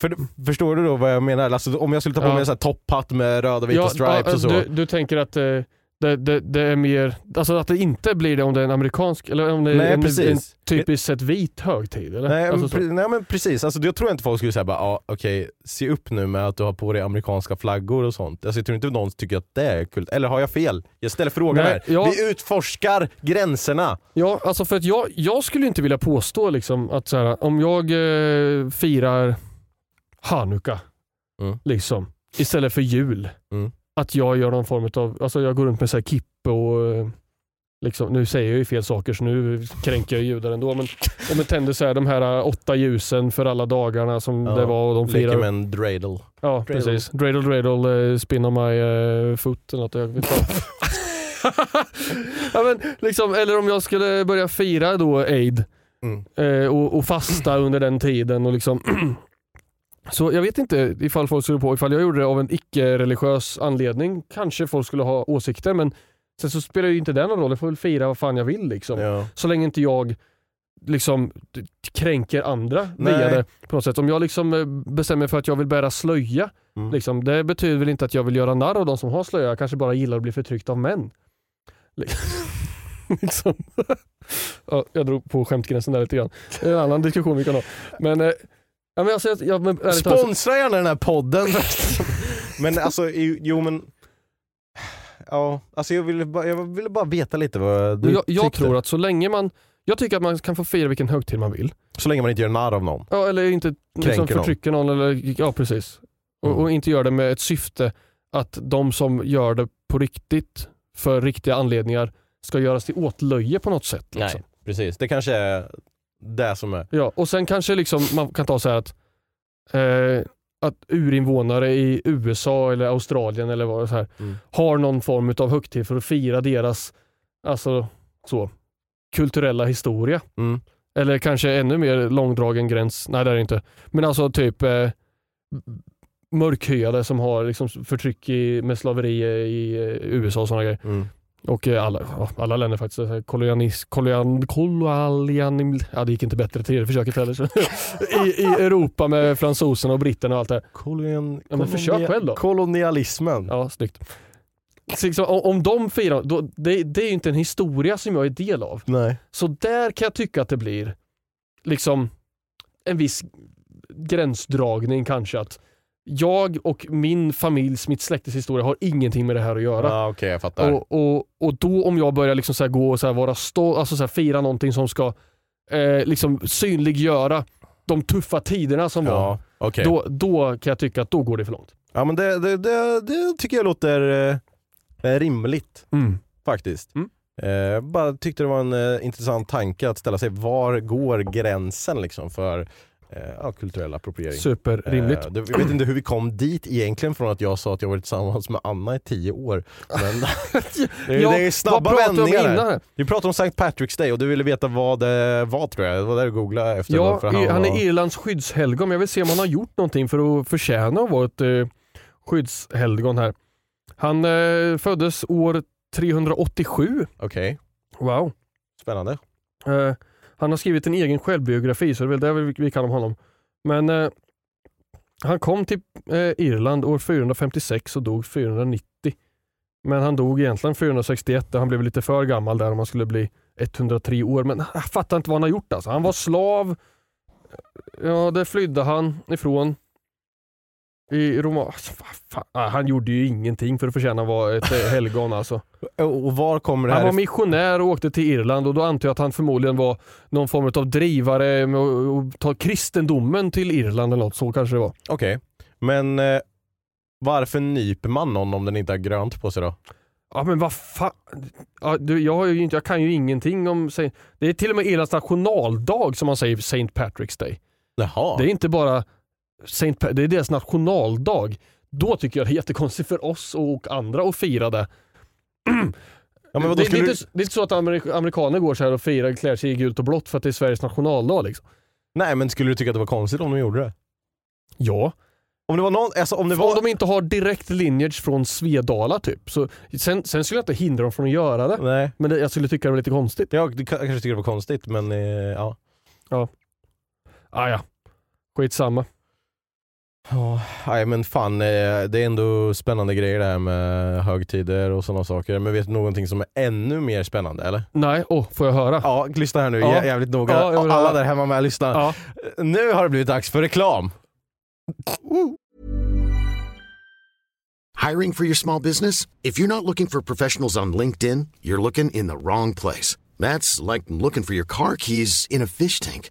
S2: För, förstår du då vad jag menar? Alltså, om jag skulle ta på
S1: Ja.
S2: mig en sån här topphatt med röda och vita stripes
S1: ja,
S2: och så.
S1: Du, du tänker att eh, det, det, det är mer, alltså att det inte blir det om det är en amerikansk, eller om det är
S2: Nej,
S1: en,
S2: precis.
S1: en typiskt sett vit högtid. Eller?
S2: Nej,
S1: alltså,
S2: men,
S1: så.
S2: pre- nej men precis, alltså, jag tror inte folk skulle säga bara, ah, okej, se upp nu med att du har på dig amerikanska flaggor och sånt. Alltså, jag tror inte någon tycker att det är kul. Eller har jag fel? Jag ställer frågan
S1: Nej,
S2: här.
S1: jag-
S2: Vi utforskar gränserna.
S1: Ja, alltså för att jag, jag skulle inte vilja påstå liksom att så här, om jag eh, firar Hanuka
S2: Mm.
S1: liksom, istället för jul.
S2: Mm.
S1: Att jag gör någon form av, alltså jag går runt med så här kippe och eh, liksom, nu säger jag ju fel saker så nu kränker jag judar ändå. Men om jag tänder så här, de här eh, åtta ljusen för alla dagarna som
S2: Ja,
S1: det var och de
S2: Leker
S1: firar.
S2: med en dreidel.
S1: Ja,
S2: Dreidel.
S1: precis. Dreidel, dreidel, eh, spin on my eh, foot eller något. Jag vet inte. ja, men, liksom, eller om jag skulle börja fira då aid
S2: Mm.
S1: eh, och, och fasta under den tiden. Och liksom Så jag vet inte ifall folk skulle på, ifall jag gjorde det av en icke-religiös anledning, kanske folk skulle ha åsikter men sen så spelar ju inte det någon roll, jag får väl fira vad fan jag vill liksom.
S2: Ja.
S1: Så länge inte jag liksom t- kränker andra
S2: Nej.
S1: via det på något sätt. Om jag liksom eh, bestämmer mig för att jag vill bära slöja,
S2: Mm.
S1: liksom, det betyder väl inte att jag vill göra narr av de som har slöja. Jag kanske bara gillar att bli förtryckt av män. Li- liksom. ja, jag drog på skämtgränsen där lite grann. Det är en annan diskussion vi kan ha. Men, eh, ja, men alltså, jag, jag, men, ärligt talat så-
S2: Sponsra gärna den här podden. men alltså, i- jo men. Ja, alltså jag ville bara, jag ville bara veta lite vad du
S1: jag, jag
S2: tyckte.
S1: tror att så länge man jag tycker att man kan få fira vilken högtid man vill.
S2: Så länge man inte gör narr av någon.
S1: Ja, eller inte liksom,
S2: Kränker någon.
S1: förtrycker någon. Eller, ja, precis. Och,
S2: Mm.
S1: och inte gör det med ett syfte att de som gör det på riktigt, för riktiga anledningar, ska göras till åtlöje på något sätt. Liksom.
S2: precis. Det kanske är det som är.
S1: Ja, och sen kanske liksom man kan ta så här att, eh, att urinvånare i USA eller Australien eller vad så här,
S2: Mm.
S1: har någon form av högtid för att fira deras alltså, så, kulturella historia.
S2: Mm.
S1: Eller kanske ännu mer långdragen gräns. Nej det är det inte. Men alltså typ eh, mörkhyade som har liksom förtryck i, med slaveri i eh, USA och sådana grejer.
S2: Mm.
S1: Och eh, alla, ja, alla länder faktiskt. Så här, Kolonialis, kolonial, kolonial, ja, det gick inte bättre till det försöket heller. Så. I, I Europa med fransoserna och britterna och allt det här.
S2: Kolonial...
S1: Ja, men försök själv då.
S2: Kolonialismen.
S1: Ja, snyggt. Så liksom, om, om de firar, då, det, det är ju inte en historia som jag är del av.
S2: Nej.
S1: Så där kan jag tycka att det blir liksom en viss gränsdragning kanske att jag och min familjs, mitt släktes historia har ingenting med det här att göra.
S2: ah, okej jag fattar.
S1: Och, och, och då om jag börjar liksom så här gå och så här vara stå, alltså så här fira någonting som ska eh, liksom synliggöra de tuffa tiderna som var.
S2: ja, okej.
S1: Då, då kan jag tycka att då går det för långt.
S2: Ja men det, det, det, det tycker jag låter eh, rimligt faktiskt.
S1: Mm.
S2: Eh, bara tyckte det var en eh, intressant tanke att ställa sig, var går gränsen liksom för eh, ja, kulturell appropriering?
S1: Superrimligt.
S2: Eh, det, jag vet inte hur vi kom dit egentligen från att jag sa att jag varit tillsammans med Anna i tio år. Men det, är-
S1: Ja,
S2: det är snabba
S1: vad pratade vi om
S2: vändningar. här.
S1: innan här?
S2: Vi pratade om St. Patrick's Day och du ville veta vad det var tror jag. Det var där du googlade efter.
S1: Ja,
S2: varför
S1: i- han,
S2: var-
S1: är Irlands skyddshelgon. Jag vill se om han har gjort någonting för att förtjäna att vara ett eh, skyddshelgon här. Han eh, föddes år 387.
S2: Okej,
S1: Wow.
S2: spännande.
S1: Eh, han har skrivit en egen självbiografi, så det är väl där vi, vi kan om honom. Men eh, han kom till eh, Irland år 456 och dog 490. Men han dog egentligen 461, han blev lite för gammal där om han skulle bli 103 år. Men jag fattar inte vad han har gjort alltså. Han var slav. Ja, det flydde han ifrån. I Roma... Alltså, vad fan. Ah, Han gjorde ju ingenting för att förtjäna att vara ett eh, helgon alltså.
S2: Och och var kommer det
S1: Han
S2: här
S1: var
S2: ifrån?
S1: missionär och åkte till Irland och då antar jag att han förmodligen var någon form av drivare med att att ta kristendomen till Irland eller något. Så kanske det var.
S2: Okej, men eh, varför nyper man någon om den inte har grönt på sig då?
S1: Ja men vad fan. Ja, du, jag, har ju inte, jag kan ju ingenting om... säg- Det är till och med Irlands nationaldag som man säger St. Patrick's Day.
S2: Jaha.
S1: Det är inte bara... Saint Pa- det är deras nationaldag. Då tycker jag det är jättekonstigt för oss och andra att fira det.
S2: ja, men
S1: det,
S2: vadå,
S1: det, är
S2: skulle
S1: inte,
S2: du...
S1: det är inte så att amerik- amerikaner går så här och firar, klär sig i gult och blått för att det är Sveriges nationaldag liksom.
S2: Nej men skulle du tycka att det var konstigt om de gjorde det?
S1: Ja.
S2: Om det var någon, alltså om det var...
S1: Om de inte har direkt lineage från Svedala typ. Så, sen, sen skulle jag inte hindra dem från att göra det.
S2: Nej.
S1: Men det, jag skulle tycka det var lite konstigt.
S2: Jag, du ka- kanske tycker det var konstigt men eh, ja.
S1: Ja. Ah, ja, skitsamma.
S2: Ja, nej men fan, eh, det är ändå spännande grejer det här med högtider och sådana saker. Men vet du någonting som är ännu mer spännande eller?
S1: Nej, åh, får jag höra?
S2: Ja, lyssna här nu
S1: Ja.
S2: jä- jävligt noga.
S1: Ja, jag vill
S2: Alla
S1: höra.
S2: där hemma med, lyssna.
S1: Ja.
S2: Nu har det blivit dags för reklam.
S3: Hiring for your small business? If you're not looking for professionals on LinkedIn, you're looking in the wrong place. That's like looking for your car keys in a fish tank.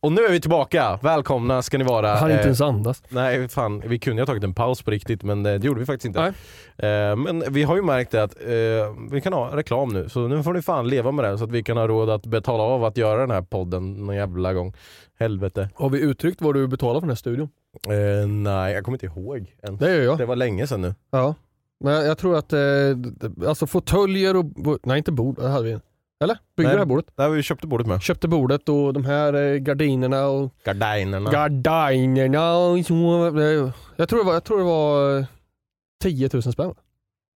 S2: Och nu är vi tillbaka. Välkomna ska ni vara.
S1: Han är
S2: Eh,
S1: inte ens andas.
S2: Nej, fan. Vi kunde ju ha tagit en paus på riktigt, men eh, det gjorde vi faktiskt inte.
S1: Nej.
S2: Eh, Men vi har ju märkt det att eh, vi kan ha reklam nu, så nu får ni fan leva med det här, så att vi kan ha råd att betala av att göra den här podden någon jävla gång. Helvete.
S1: Har vi uttryckt vad du betalar för den här studion?
S2: Eh, nej, jag kommer inte ihåg än.
S1: Det gör jag.
S2: Det var länge sedan nu.
S1: Ja. Men jag, jag tror att, eh, d- d- alltså fåtöljer och, bo- nej inte bord, det hade vi. Eller? Byggde
S2: Nej.
S1: det här bordet?
S2: Där vi köpte bordet med.
S1: Köpte bordet och de här eh, gardinerna och
S2: Gardinerna.
S1: gardinerna och så. Det- Jag tror det var, jag tror det var eh, 10 000 spänn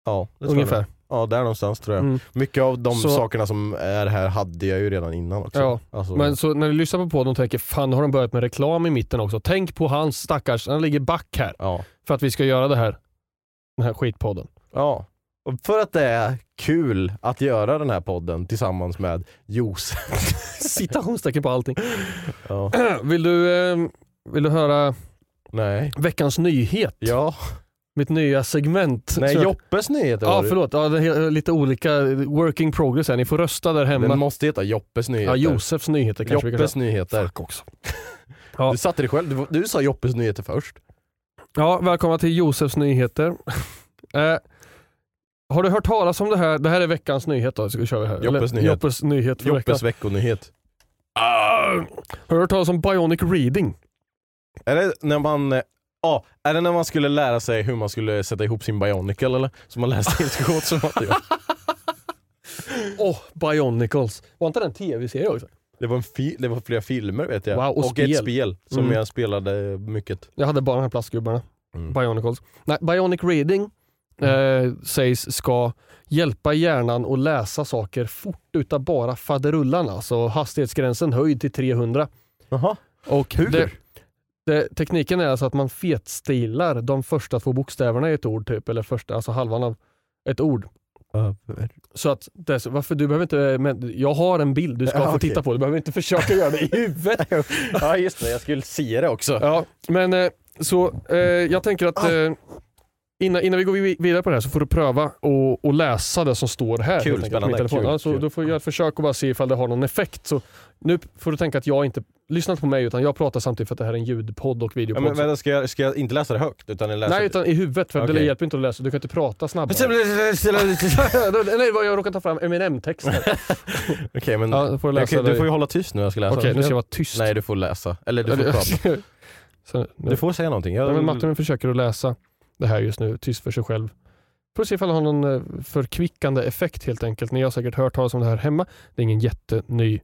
S2: ja, det tror jag
S1: ungefär.
S2: med. Ja, där någonstans tror jag.
S1: Mm.
S2: Mycket av de
S1: Så-
S2: sakerna som är här hade jag ju redan innan också.
S1: Ja,
S2: Alltså-
S1: Men så när du lyssnar på podden och tänker fan har de börjat med reklam i mitten också. Tänk på hans stackars, han ligger back här
S2: ja.
S1: för att vi ska göra det här. Den här skitpodden.
S2: Ja. Och för att det är kul att göra den här podden tillsammans med Josef.
S1: Citationstecken på allting.
S2: Ja.
S1: Vill du, eh, vill du höra
S2: Nej.
S1: veckans nyhet?
S2: Ja.
S1: Mitt nya segment.
S2: Nej,
S1: Så-
S2: Joppes nyheter
S1: Ja,
S2: var det.
S1: förlåt. Ja, det är lite olika working progress här. Ni får rösta där hemma.
S2: Den måste heta Joppes nyheter.
S1: Ja, Josefs nyheter kanske vi kan
S2: Joppes
S1: säga.
S2: nyheter.
S1: Fuck också. Ja.
S2: Du satte dig själv. Du, du sa Joppes nyheter först.
S1: ja, välkomna till Josefs nyheter. eh, har du hört talas om det här? Det här är veckans nyhet då. Så kör vi här.
S2: Joppes nyhet.
S1: Joppes nyhet för veckan.
S2: Joppes veckonyhet.
S1: Ah! Har du hört talas om bionic reading?
S2: Är det när man... eh, Ja, är det när man skulle lära sig hur man skulle sätta ihop sin bionicle eller? Som man läste instruktion som att jag.
S1: Åh, Bionicles. Var inte det en tv-serie också?
S2: Det var, en fi- det var flera filmer vet jag.
S1: Wow, och spel.
S2: ett spel som
S1: Mm.
S2: jag spelade mycket.
S1: Jag hade bara de här plastgubbarna.
S2: Mm.
S1: Bionicles. Nej, bionic reading eh, sägs ska hjälpa hjärnan att läsa saker fort utav bara faderullan. Alltså hastighetsgränsen höjd till 300.
S2: Jaha.
S1: Och
S2: Hur?
S1: Det, det, tekniken är alltså att man fetstilar de första två bokstäverna i ett ord, typ, eller första, alltså halvan av ett ord. Så att, det, är så- varför, du behöver inte, eh, men jag har en bild du ska
S2: Ja,
S1: få
S2: okej.
S1: titta på, du behöver inte försöka göra det i huvudet.
S2: ja just det, jag skulle se det också.
S1: Ja, men eh, så eh, jag tänker att
S2: Ah.
S1: eh, innan, innan vi går vid- vidare på det här så får du pröva och, och läsa det som står här.
S2: Kul,
S1: helt enkelt, på
S2: spännande,
S1: min telefon.
S2: kul,
S1: ja, så
S2: kul.
S1: då får jag göra ett försök och bara se ifall det har någon effekt. Så nu får du tänka att jag inte, lyssna inte på mig utan jag pratar samtidigt för att det här är en ljudpodd och
S2: Ja,
S1: videopodd.
S2: men, vänta, ska, jag, ska jag inte läsa det högt? Utan jag läser
S1: Nej, utan i huvudet för det
S2: Okej.
S1: hjälper inte att läsa, du kan inte prata snabbare. Nej, vad jag råkade ta fram Eminem-texter.
S2: Okej, men
S1: Ja, då får du läsa
S2: Okej, Mm. du
S1: det.
S2: får ju hålla tyst nu när jag ska läsa.
S1: Okej, nu ska jag vara tyst.
S2: Nej, du får läsa. Eller du får prata.
S1: Så, nu,
S2: Du får säga någonting. Jag...
S1: Ja, men Martin försöker att läsa det här just nu, tyst för sig själv. För att se ifall det har någon eh, förkvickande effekt helt enkelt. Ni har säkert hört talas om det här hemma. Det är ingen jätteny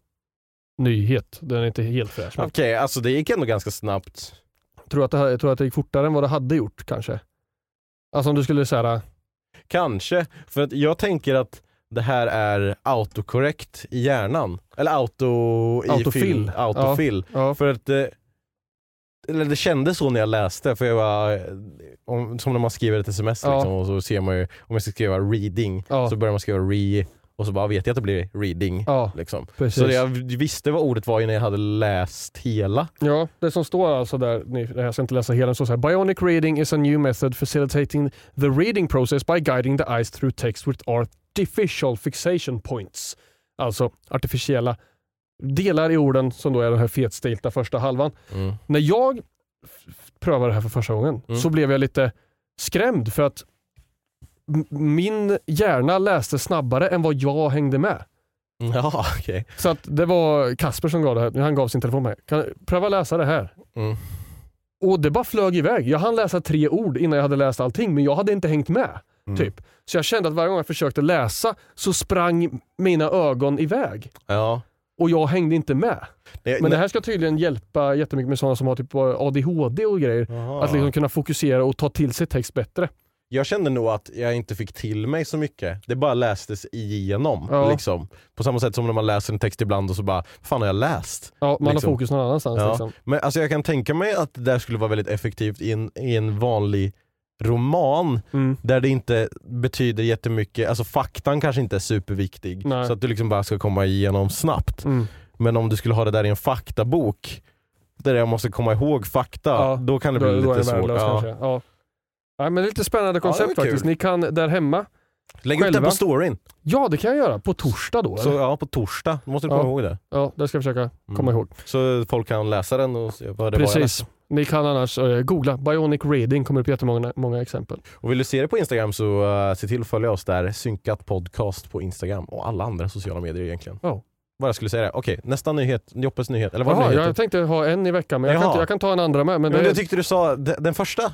S1: nyhet. Den är inte helt fräsch. Men
S2: Okej, alltså det gick ändå ganska snabbt.
S1: jag, tror att det här, jag tror att det gick fortare än vad det hade gjort kanske. Alltså om du skulle säga
S2: Kanske, för att jag tänker att det här är autocorrect i hjärnan. Eller auto... i
S1: Autofill.
S2: fill-
S1: Ja.
S2: Autofill.
S1: ja,
S2: För att eh, eller det kändes så när jag läste, för jag var, om, som när man skriver ett sms
S1: Ja.
S2: liksom, och så ser man ju, om jag ska skriva reading
S1: Ja.
S2: så börjar man skriva re och så bara "Ah, vet jag att det blir reading.
S1: Ja,
S2: liksom.
S1: precis.
S2: Så det jag visste vad ordet var innan jag hade läst hela.
S1: Ja, det som står alltså där, nej, jag ska inte läsa hela, det står så här. Bionic reading is a new method facilitating the reading process by guiding the eyes through text with artificial fixation points. Alltså artificiella delar i orden som då är den här fetstilta första halvan. När jag f- f- prövade det här för första gången
S2: Mm.
S1: så blev jag lite skrämd för att m- min hjärna läste snabbare än vad jag hängde med.
S2: Mm, Ja, okej.
S1: Så att det var Kasper som gav det här. Han gav sin telefon med. Kan pröva läsa det här.
S2: Mm.
S1: Och det bara flög iväg. Jag hann läsa tre ord innan jag hade läst allting, men jag hade inte hängt med.
S2: Mm.
S1: Typ. Så jag kände att varje gång jag försökte läsa så sprang mina ögon iväg.
S2: Ja.
S1: Och jag hängde inte
S2: Eh,
S1: med.
S2: Det,
S1: Men det här ska tydligen hjälpa jättemycket med sådana som har typ ADHD och grejer.
S2: Jaha.
S1: Att liksom kunna fokusera och ta till sig text bättre.
S2: Jag kände nog att jag inte fick till mig så mycket. Det bara lästes igenom.
S1: Ja.
S2: Liksom. På samma sätt som när man läser en text ibland och så bara, vad fan har jag läst?
S1: Ja, man
S2: Liksom.
S1: har fokus någon annanstans.
S2: Ja.
S1: Liksom.
S2: Men alltså jag kan tänka mig att det där skulle vara väldigt effektivt i en, i en vanlig roman
S1: Mm.
S2: där det inte betyder jättemycket, alltså faktan kanske inte är superviktig
S1: Nej.
S2: så att du liksom bara ska komma igenom snabbt.
S1: Mm.
S2: Men om du skulle ha det där i en faktabok där jag måste komma ihåg fakta,
S1: Ja,
S2: då kan det
S1: Då-
S2: bli
S1: då är
S2: lite
S1: det
S2: svårt.
S1: värdelöst kanske.
S2: Ja.
S1: Ja. Ja, men det är lite spännande
S2: var
S1: koncept
S2: kul.
S1: faktiskt. Ni kan där hemma.
S2: Lägg upp det
S1: Själva?
S2: på storyn,
S1: Ja, det kan jag göra. På torsdag då.
S2: så,
S1: eller?
S2: ja, på torsdag. Då måste du komma
S1: Ja.
S2: ihåg det. Mm.
S1: Ja, det ska jag försöka komma ihåg.
S2: Så folk kan läsa den och se vad det var jag läste.
S1: Precis. Ni kan annars eh, googla Bionic Reading, kommer upp jättemånga många exempel.
S2: Och vill du se det på Instagram så eh, se till att följa oss där, Synkat Podcast på Instagram och alla andra sociala medier egentligen.
S1: Ja.
S2: Bara skulle säga det. Okej, nästa nyhet, Joppes nyhet. Eller vad
S1: Jaha,
S2: nyheten?
S1: jag tänkte ha en i veckan, men jag kan,
S2: Jaha.
S1: inte, jag kan ta en andra med. Men
S2: Men
S1: det,
S2: jag tyckte du sa de- den första?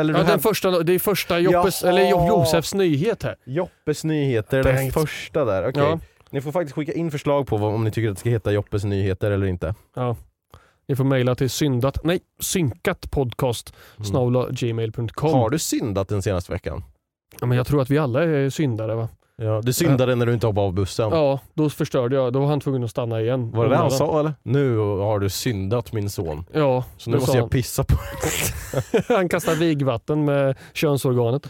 S2: Eller
S1: ja,
S2: du
S1: den
S2: den
S1: första, det är första Joppes,
S2: Jaha.
S1: eller Jo- Josefs nyhet här.
S2: Joppes nyheter, den
S1: Tänkt.
S2: första där. Okej.
S1: Ja.
S2: Ni får faktiskt skicka in förslag på vad, om ni tycker att det ska heta Joppes nyheter eller inte.
S1: Ni får mejla till syndat, nej, synkatpodcast
S2: Mm.
S1: snabla gmail.com.
S2: Har du syndat den senaste veckan?
S1: Ja, men jag tror att vi alla är syndare va?
S2: Ja, du syndade när du inte hoppade av bussen.
S1: Ja, då förstörde jag. Då var han tvungen att stanna igen.
S2: Var det det han sa eller? Nu har du syndat min son.
S1: Ja,
S2: Så nu
S1: då sa
S2: måste jag
S1: han.
S2: pissa på
S1: Han kastar vigvatten med könsorganet.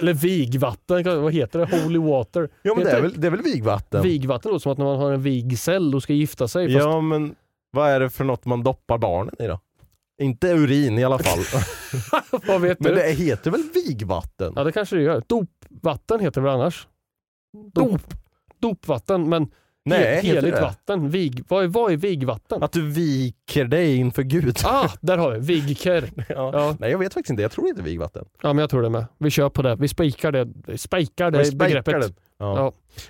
S1: Eller vigvatten, vad heter det? Holy water.
S2: Ja men det
S1: Heter
S2: är väl, det är väl vigvatten?
S1: Vigvatten låter som att när man har en vigcell och ska gifta sig. Fast
S2: Ja men vad är det för något man doppar barnen i då? Inte urin i alla fall.
S1: vad vet
S2: men
S1: du?
S2: det heter väl vigvatten?
S1: Ja det kanske det gör. Dopvatten heter det väl annars? Dop. Dopvatten, men
S2: Nej,
S1: he-
S2: heter
S1: heligt
S2: det?
S1: vatten. Vig, vad, är, vad är vigvatten?
S2: Att du viker dig inför Gud.
S1: Ah, där har vi Vigker.
S2: Ja.
S1: Ja.
S2: Nej jag vet faktiskt inte, jag tror inte vigvatten.
S1: ja, men jag tror det med. Vi kör på det. Vi spikar det, spikar det
S2: Vi spikar
S1: begreppet.
S2: den. Ja.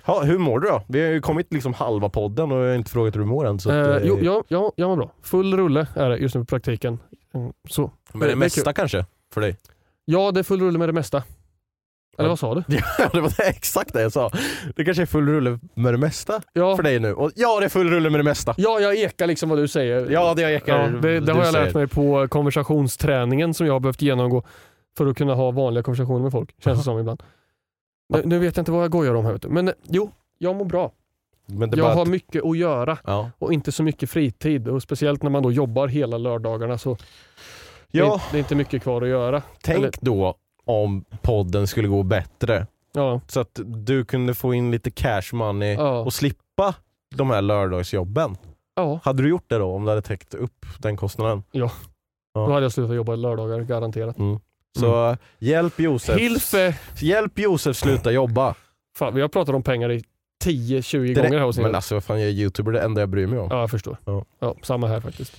S1: Ja.
S2: Ha, hur mår du då? Vi har ju kommit liksom halva podden och jag har inte frågat hur du mår än. Så att,
S1: Eh,
S2: eh,
S1: jo, jag, jag, jag mår bra. Full rulle är det just nu på praktiken. Mm, Så.
S2: men det mesta kanske? För dig?
S1: Ja, det är full rulle med det mesta. Eller
S2: Ja.
S1: vad sa du?
S2: Ja, det var det, exakt det jag sa. Det kanske är full rulle med det mesta
S1: Ja,
S2: för dig nu. Och ja, det är full rulle med det mesta.
S1: ja jag ekar liksom vad du säger.
S2: Ja, det jag ekar
S1: Ja, det, det
S2: du
S1: har jag lärt
S2: säger.
S1: mig på konversationsträningen som jag har behövt genomgå för att kunna ha vanliga konversationer med folk. Känns det som ibland. Nu, nu vet jag inte vad jag gojar om här ute. Men eh, jo, jag mår bra.
S2: Men det är
S1: Jag
S2: bara
S1: har
S2: att-
S1: mycket att göra
S2: ja.
S1: och inte så mycket fritid. Och Speciellt när man då jobbar hela lördagarna så det, är,
S2: ja,
S1: inte- det är inte mycket kvar att göra.
S2: Tänk
S1: Eller-
S2: då om podden skulle gå bättre.
S1: Ja,
S2: Så att du kunde få in lite cash money
S1: Ja.
S2: och slippa de här lördagsjobben.
S1: ja
S2: Hade du gjort det då om du hade täckt upp den kostnaden?
S1: då hade jag slutat jobba lördagar garanterat.
S2: Så
S1: Mm.
S2: eh, hjälp Josef.
S1: Hilfe!
S2: Hjälp Josef sluta jobba.
S1: Fan, vi har pratat om pengar i 10-20
S2: Direkt.
S1: gånger här hos
S2: Men
S1: er.
S2: alltså vad fan, jag är youtuber, det enda jag bryr mig om.
S1: Ja, jag förstår.
S2: Ja.
S1: Ja, samma här faktiskt.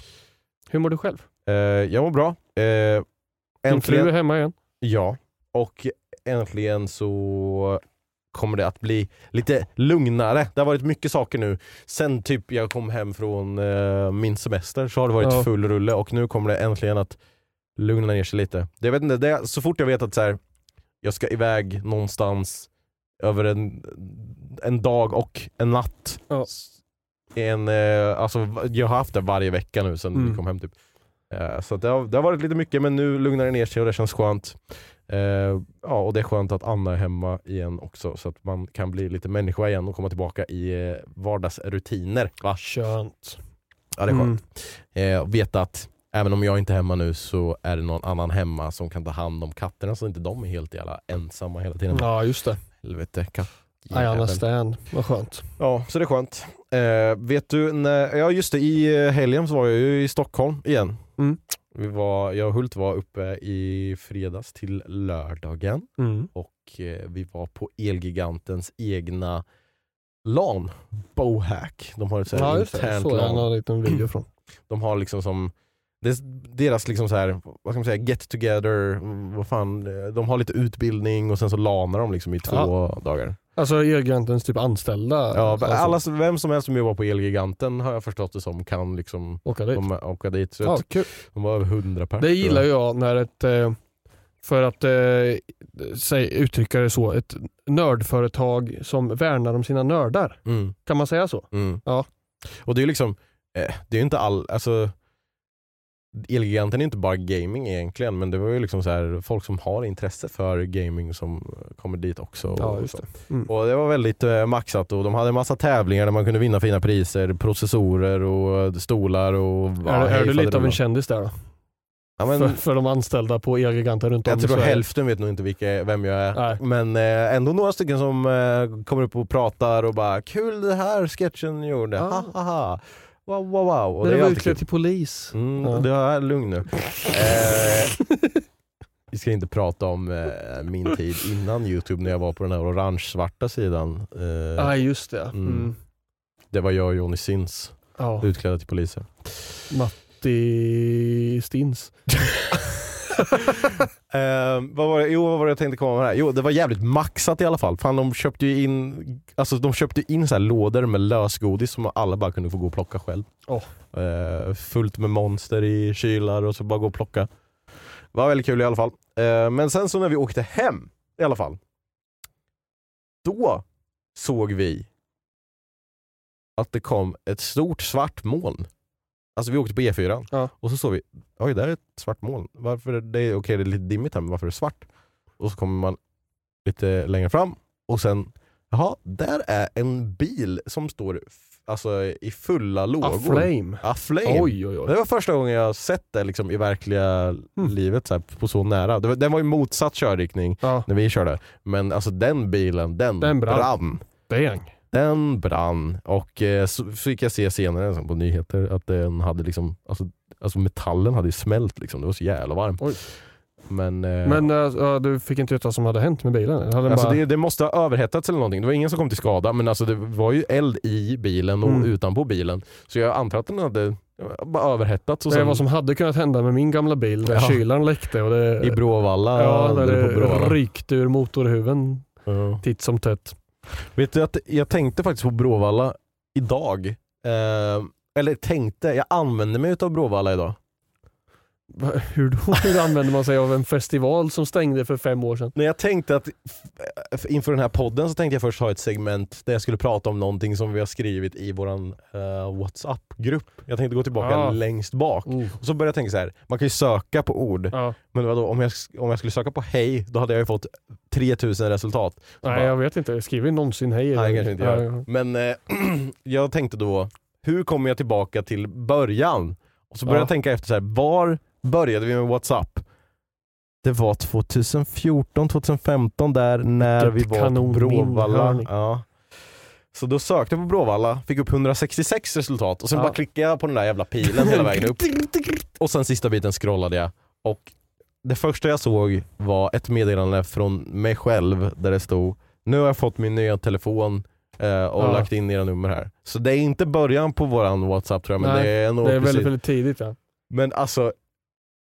S1: Hur mår du själv?
S2: Eh, jag mår bra. Eh,
S1: Din fru är
S2: äntligen.
S1: hemma igen.
S2: Ja. Och äntligen så kommer det att bli lite lugnare. Det har varit mycket saker nu. Sen typ jag kom hem från eh, min semester så har det varit
S1: Ja.
S2: full rulle och nu kommer det äntligen att lugna ner sig lite. Det, jag vet inte, det, så fort jag vet att så här, jag ska iväg någonstans över en, en dag och en natt.
S1: Ja.
S2: S- En, eh, alltså, jag har haft det varje vecka nu sen
S1: Mm.
S2: vi kom hem. Typ. Eh, så att det, har, det har varit lite mycket men nu lugnar det ner sig och det känns skönt. Eh, ja, och det är skönt att Anna är hemma igen också så att man kan bli lite människa igen och komma tillbaka i eh, vardagsrutiner. Va?
S1: Skönt.
S2: Ah. Ja, det är
S1: Mm.
S2: skönt. Eh, och veta att även om jag inte är hemma nu så är det någon annan hemma som kan ta hand om katterna så inte de är helt jävla ensamma hela tiden.
S1: Ja, just det.
S2: Helvete, katt.
S1: I
S2: Jäveln.
S1: understand. Vad skönt.
S2: Ja, så det är skönt. Eh, vet du, när, ja just det, i eh, helgen så var jag ju i Stockholm igen.
S1: Mm.
S2: Vi var, jag och Hult var uppe i fredags till lördagen
S1: Mm.
S2: och eh, vi var på Elgigantens egna LAN, Bohack. De har ett så här
S1: Ja, just det.
S2: internt Mm.
S1: Såg jag
S2: LAN.
S1: en liten video från.
S2: De har liksom som det är deras liksom så här, vad ska man säga, get together, mm, vad fan, eh, de har lite utbildning och sen så lanar de liksom i två dagar.
S1: Alltså Elgigantens typ anställda.
S2: Ja,
S1: alltså,
S2: alla, som- vem som helst som jobbar på Elgiganten har jag förstått det som kan liksom
S1: Åka dit.
S2: de, åka dit. Så
S1: Ja,
S2: jag,
S1: kul.
S2: de var över 100 pers.
S1: Det
S2: tror jag.
S1: gillar ju jag när ett, eh, för att eh, säg, uttrycka det så, ett nördföretag som värnar om sina nördar.
S2: Mm,
S1: Kan man säga så?
S2: mm.
S1: Ja.
S2: Och det är ju liksom, eh, det är ju inte all, alltså Elgiganten är ju inte bara gaming egentligen men det var ju liksom så här, folk som har intresse för gaming som kommer dit också. och-
S1: Ja, just det. Mm.
S2: Och det var väldigt eh, maxat och de hade en massa tävlingar där man kunde vinna fina priser, processorer och stolar och... ja,
S1: är,
S2: hej
S1: är du lite av
S2: faderullan.
S1: en kändis där då?
S2: ja, men,
S1: för, för de anställda på Elgiganten runt om
S2: Jag
S1: i
S2: tror
S1: Sverige.
S2: hälften vet nog inte vilka, vem jag är.
S1: Nej.
S2: Men eh, ändå några stycken som eh, kommer upp och pratar och bara “Kul det här sketchen ni gjorde,
S1: Ja.
S2: ha ha ha, wow wow wow”.
S1: När
S2: Och det
S1: du
S2: är
S1: var
S2: alltid kul.
S1: utklädd till polis.
S2: Mm,
S1: Ja.
S2: Det är lugn nu. eh, vi ska inte prata om eh, min tid innan Youtube när jag var på den här orange-svarta sidan.
S1: Nej,
S2: Eh,
S1: just det.
S2: Mm.
S1: Mm.
S2: det var jag och Johnny Sins
S1: Ja,
S2: utklädda till poliser.
S1: Matti Stins.
S2: Eh, vad var det? Jo, vad var det jag tänkte komma med här? Jo, det var jävligt maxat i alla fall. Fan, de köpte ju in, alltså, de köpte in så här lådor med lösgodis som alla bara kunde få gå och plocka själv.
S1: Åh.
S2: Eh, fullt med monster i kylar och så bara gå och plocka. Var väldigt kul i alla fall. Eh, men sen så när vi åkte hem i alla fall. Då såg vi att det kom ett stort svart moln. Alltså vi åkte på E4
S1: Ja.
S2: och så såg vi, oj där är ett svart moln. Varför är det, okej det är lite dimmigt här men varför är det svart? Och så kommer man lite längre fram och sen, jaha där är en bil som står f- alltså, i fulla lågor.
S1: A Ah, Flame.
S2: A Ah, flame.
S1: Oj, oj,
S2: Det
S1: oj.
S2: var första gången jag sett det liksom, i verkliga
S1: Mm.
S2: livet så här, på så nära. Det var, den var i motsatt körriktning
S1: Ja,
S2: när vi körde. Men alltså den bilen, den,
S1: Den brann.
S2: brann.
S1: dang.
S2: Den brann och eh, så fick jag se senare liksom, på nyheter att den hade liksom, alltså, alltså metallen hade ju smält liksom. Det var så jävla varmt.
S1: Oj.
S2: Men, eh,
S1: Men äh, ja, du fick inte veta vad som hade hänt med bilen? Hade den
S2: alltså,
S1: bara...
S2: det, det måste ha överhettats eller någonting. Det var ingen som kom till skada men alltså, det var ju eld i bilen och
S1: Mm.
S2: utanpå bilen. Så jag antar att den hade eh, bara överhettats. Och
S1: Det är
S2: sen-
S1: vad som hade kunnat hända med min gamla bil där
S2: Ja.
S1: kylaren läckte och det,
S2: I Bråvalla.
S1: Eh, ja,
S2: hade
S1: där
S2: det på
S1: det
S2: Bråvalla.
S1: rykte ur motorhuven
S2: Ja.
S1: titt som tätt.
S2: Vet du att jag tänkte faktiskt på Bråvalla idag. Eh, eller tänkte, jag använde mig av Bråvalla idag.
S1: Va, Hur då? Hur använder man sig av en festival som stängde för fem år sedan?
S2: När jag tänkte att f- inför den här podden så tänkte jag först ha ett segment där jag skulle prata om någonting som vi har skrivit i våran eh, WhatsApp-grupp. Jag tänkte gå tillbaka
S1: Ah.
S2: längst bak.
S1: Mm.
S2: Och så började jag tänka så här, man kan ju söka på ord.
S1: Ja.
S2: Men vadå, om jag, om jag skulle söka på hej, då hade jag ju fått 3000 resultat.
S1: Nej, jag vet inte. Jag skriver någonsin hej.
S2: Nej, kanske inte
S1: Ja,
S2: gör.
S1: ja.
S2: Men eh, jag tänkte då, hur kommer jag tillbaka till början? Och så började
S1: Ja.
S2: jag tänka efter, så här, var började vi med WhatsApp? Det var 2014, 2015 där när
S1: Vilket
S2: vi var på
S1: kanon
S2: Bråvalla.
S1: minhörning.
S2: Ja. Så då sökte jag på Bråvalla, fick upp 166 resultat och sen
S1: Ja.
S2: bara klickade jag på den där jävla pilen hela vägen upp. Och sen sista biten scrollade jag och det första jag såg var ett meddelande från mig själv där det stod Nu har jag fått min nya telefon eh, och
S1: Ja.
S2: lagt in era nummer här. Så det är inte början på våran WhatsApp tror jag, men
S1: Nej,
S2: det är nog
S1: Det är
S2: precis.
S1: väldigt, väldigt tidigt. Ja.
S2: Men alltså,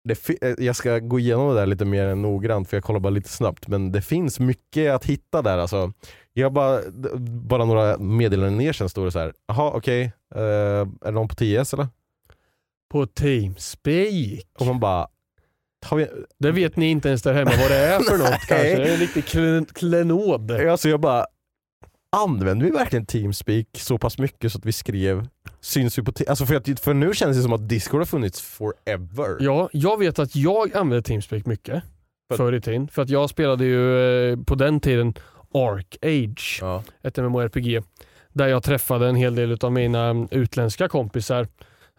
S2: det fi- eh, jag ska gå igenom det där lite mer noggrant för jag kollar bara lite snabbt. Men det finns mycket att hitta där alltså. Jag bara, d- bara några meddelanden ner sen står det så här. jaha okej, eh, är det någon på TS eller?
S1: På Teamspeak.
S2: Och man bara, har vi,
S1: Det vet ni inte ens där hemma vad det är för något kanske. Det är en riktig klen- klenod.
S2: Alltså jag bara, använder vi verkligen Teamspeak så pass mycket så att vi skrev Syns vi på Te- alltså för, att, för nu känns det som att Discord har funnits forever.
S1: Ja, jag vet att jag använde Teamspeak mycket
S2: För-
S1: förr i tiden. För att jag spelade ju eh, på den tiden Arc Age,
S2: Ja.
S1: ett MMORPG, där jag träffade en hel del av mina mm, utländska kompisar.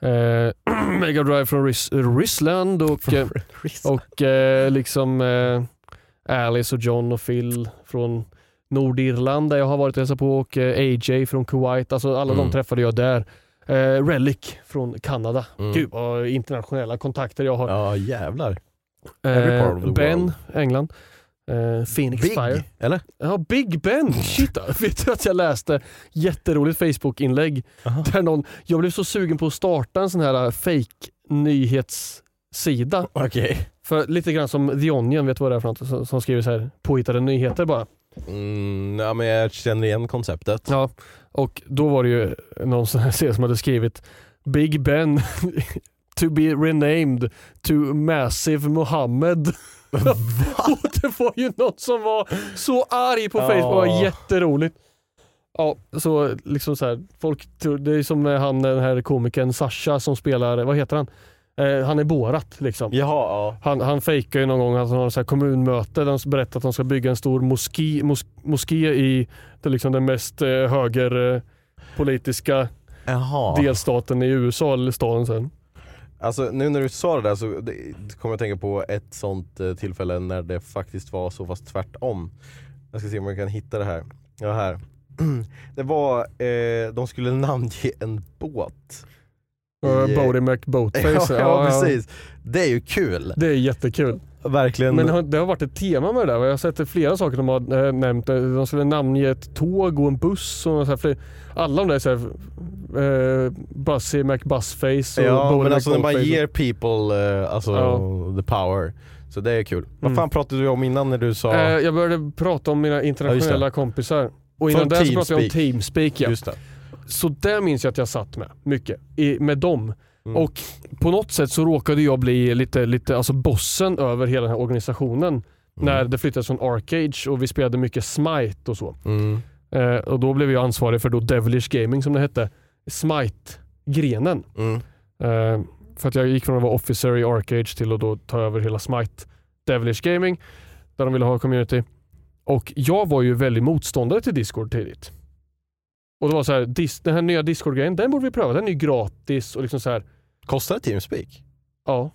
S1: Eh, Mega Drive från Rys- eh, Ryssland och, eh, och eh, liksom eh, Alice och John och Phil från Nordirland där jag har varit och hälsat på och eh, AJ från Kuwait. Alltså alla
S2: Mm.
S1: de träffade jag där. Eh, Relic från Kanada.
S2: Mm.
S1: Gud vad internationella kontakter jag har.
S2: Ja, jävlar. every part of
S1: eh,
S2: the
S1: ben,
S2: world.
S1: England. Eh, Phoenix
S2: Big,
S1: Fire.
S2: eller?
S1: Ja, Big
S2: Mm.
S1: Ben! Shit, vet du att jag läste jätteroligt Facebook-inlägg
S2: Aha.
S1: där någon, jag blev så sugen på att starta en sån här äh, fake nyhetssida.
S2: Okej.
S1: För lite grann som The Onion, vet du vad det är för något? Som- Som skriver så här påhittade nyheter bara.
S2: Mm, ja, men jag känner igen konceptet.
S1: Ja, och då var det ju någon sån här serie som hade skrivit Big Ben to be renamed to Massive Mohammed. och det var ju någon som var så arg på
S2: Ja.
S1: Facebook, det var jätteroligt. Ja, så liksom så här, folk tror, det är som han den här komikern Sasha som spelar, vad heter han? Eh, han är Borat liksom.
S2: Jaha, ja.
S1: Han, han fejkar ju någon gång att han har ett så här kommunmöte där han berättar att de ska bygga en stor moské, mos, moské i det, liksom den mest eh, högerpolitiska
S2: Jaha.
S1: delstaten i USA, eller staden sen.
S2: Alltså nu när du sa det där så det- det kommer jag tänka på ett sånt eh, tillfälle när det faktiskt var så fast tvärtom. Jag ska se om jag kan hitta det här. Ja, här. Det var, eh, de skulle namnge en båt.
S1: Yeah.
S2: Yeah.
S1: Bodie McBoatface.
S2: ja,
S1: Ja, ja.
S2: precis. Det är ju kul.
S1: Det är jättekul.
S2: Verkligen.
S1: Men det har- det har varit ett tema med det där. va? Jag har sett flera saker de har eh, nämnt. De skulle namnge ett tåg och en buss. Och så här, fler- alla de där är så här, eh, Buzzy McBuzzface och
S2: ja,
S1: Bodie
S2: men alltså den bara
S1: McBoatface.
S2: ger people eh, alltså,
S1: Ja.
S2: the power. Så det är kul. Vad
S1: Mm.
S2: fan pratade du om innan när du sa...
S1: Eh, jag började prata om mina internationella kompisar. Och innan
S2: Från
S1: det så pratade jag om
S2: Teamspeak.
S1: Teamspeak. Ja.
S2: Just det.
S1: Så där minns jag att jag satt med mycket. I, med dem.
S2: Mm.
S1: Och på något sätt så råkade jag bli lite, lite alltså bossen över hela den här organisationen.
S2: Mm.
S1: När det flyttades från Arcade och vi spelade mycket Smite och så.
S2: Mm.
S1: Eh, och då blev jag ansvarig för då Devilish Gaming som det hette. Smite-grenen.
S2: Mm.
S1: Eh, för att jag gick från att vara officer i Arcage till att då ta över hela Smite Devilish Gaming där de ville ha community. Och jag var ju väldigt motståndare till Discord tidigt. Och det var så här, dis- den här nya Discord-grejen, den borde vi pröva. Den är ju gratis och liksom så här,
S2: Kostar det Teamspeak?
S1: ja.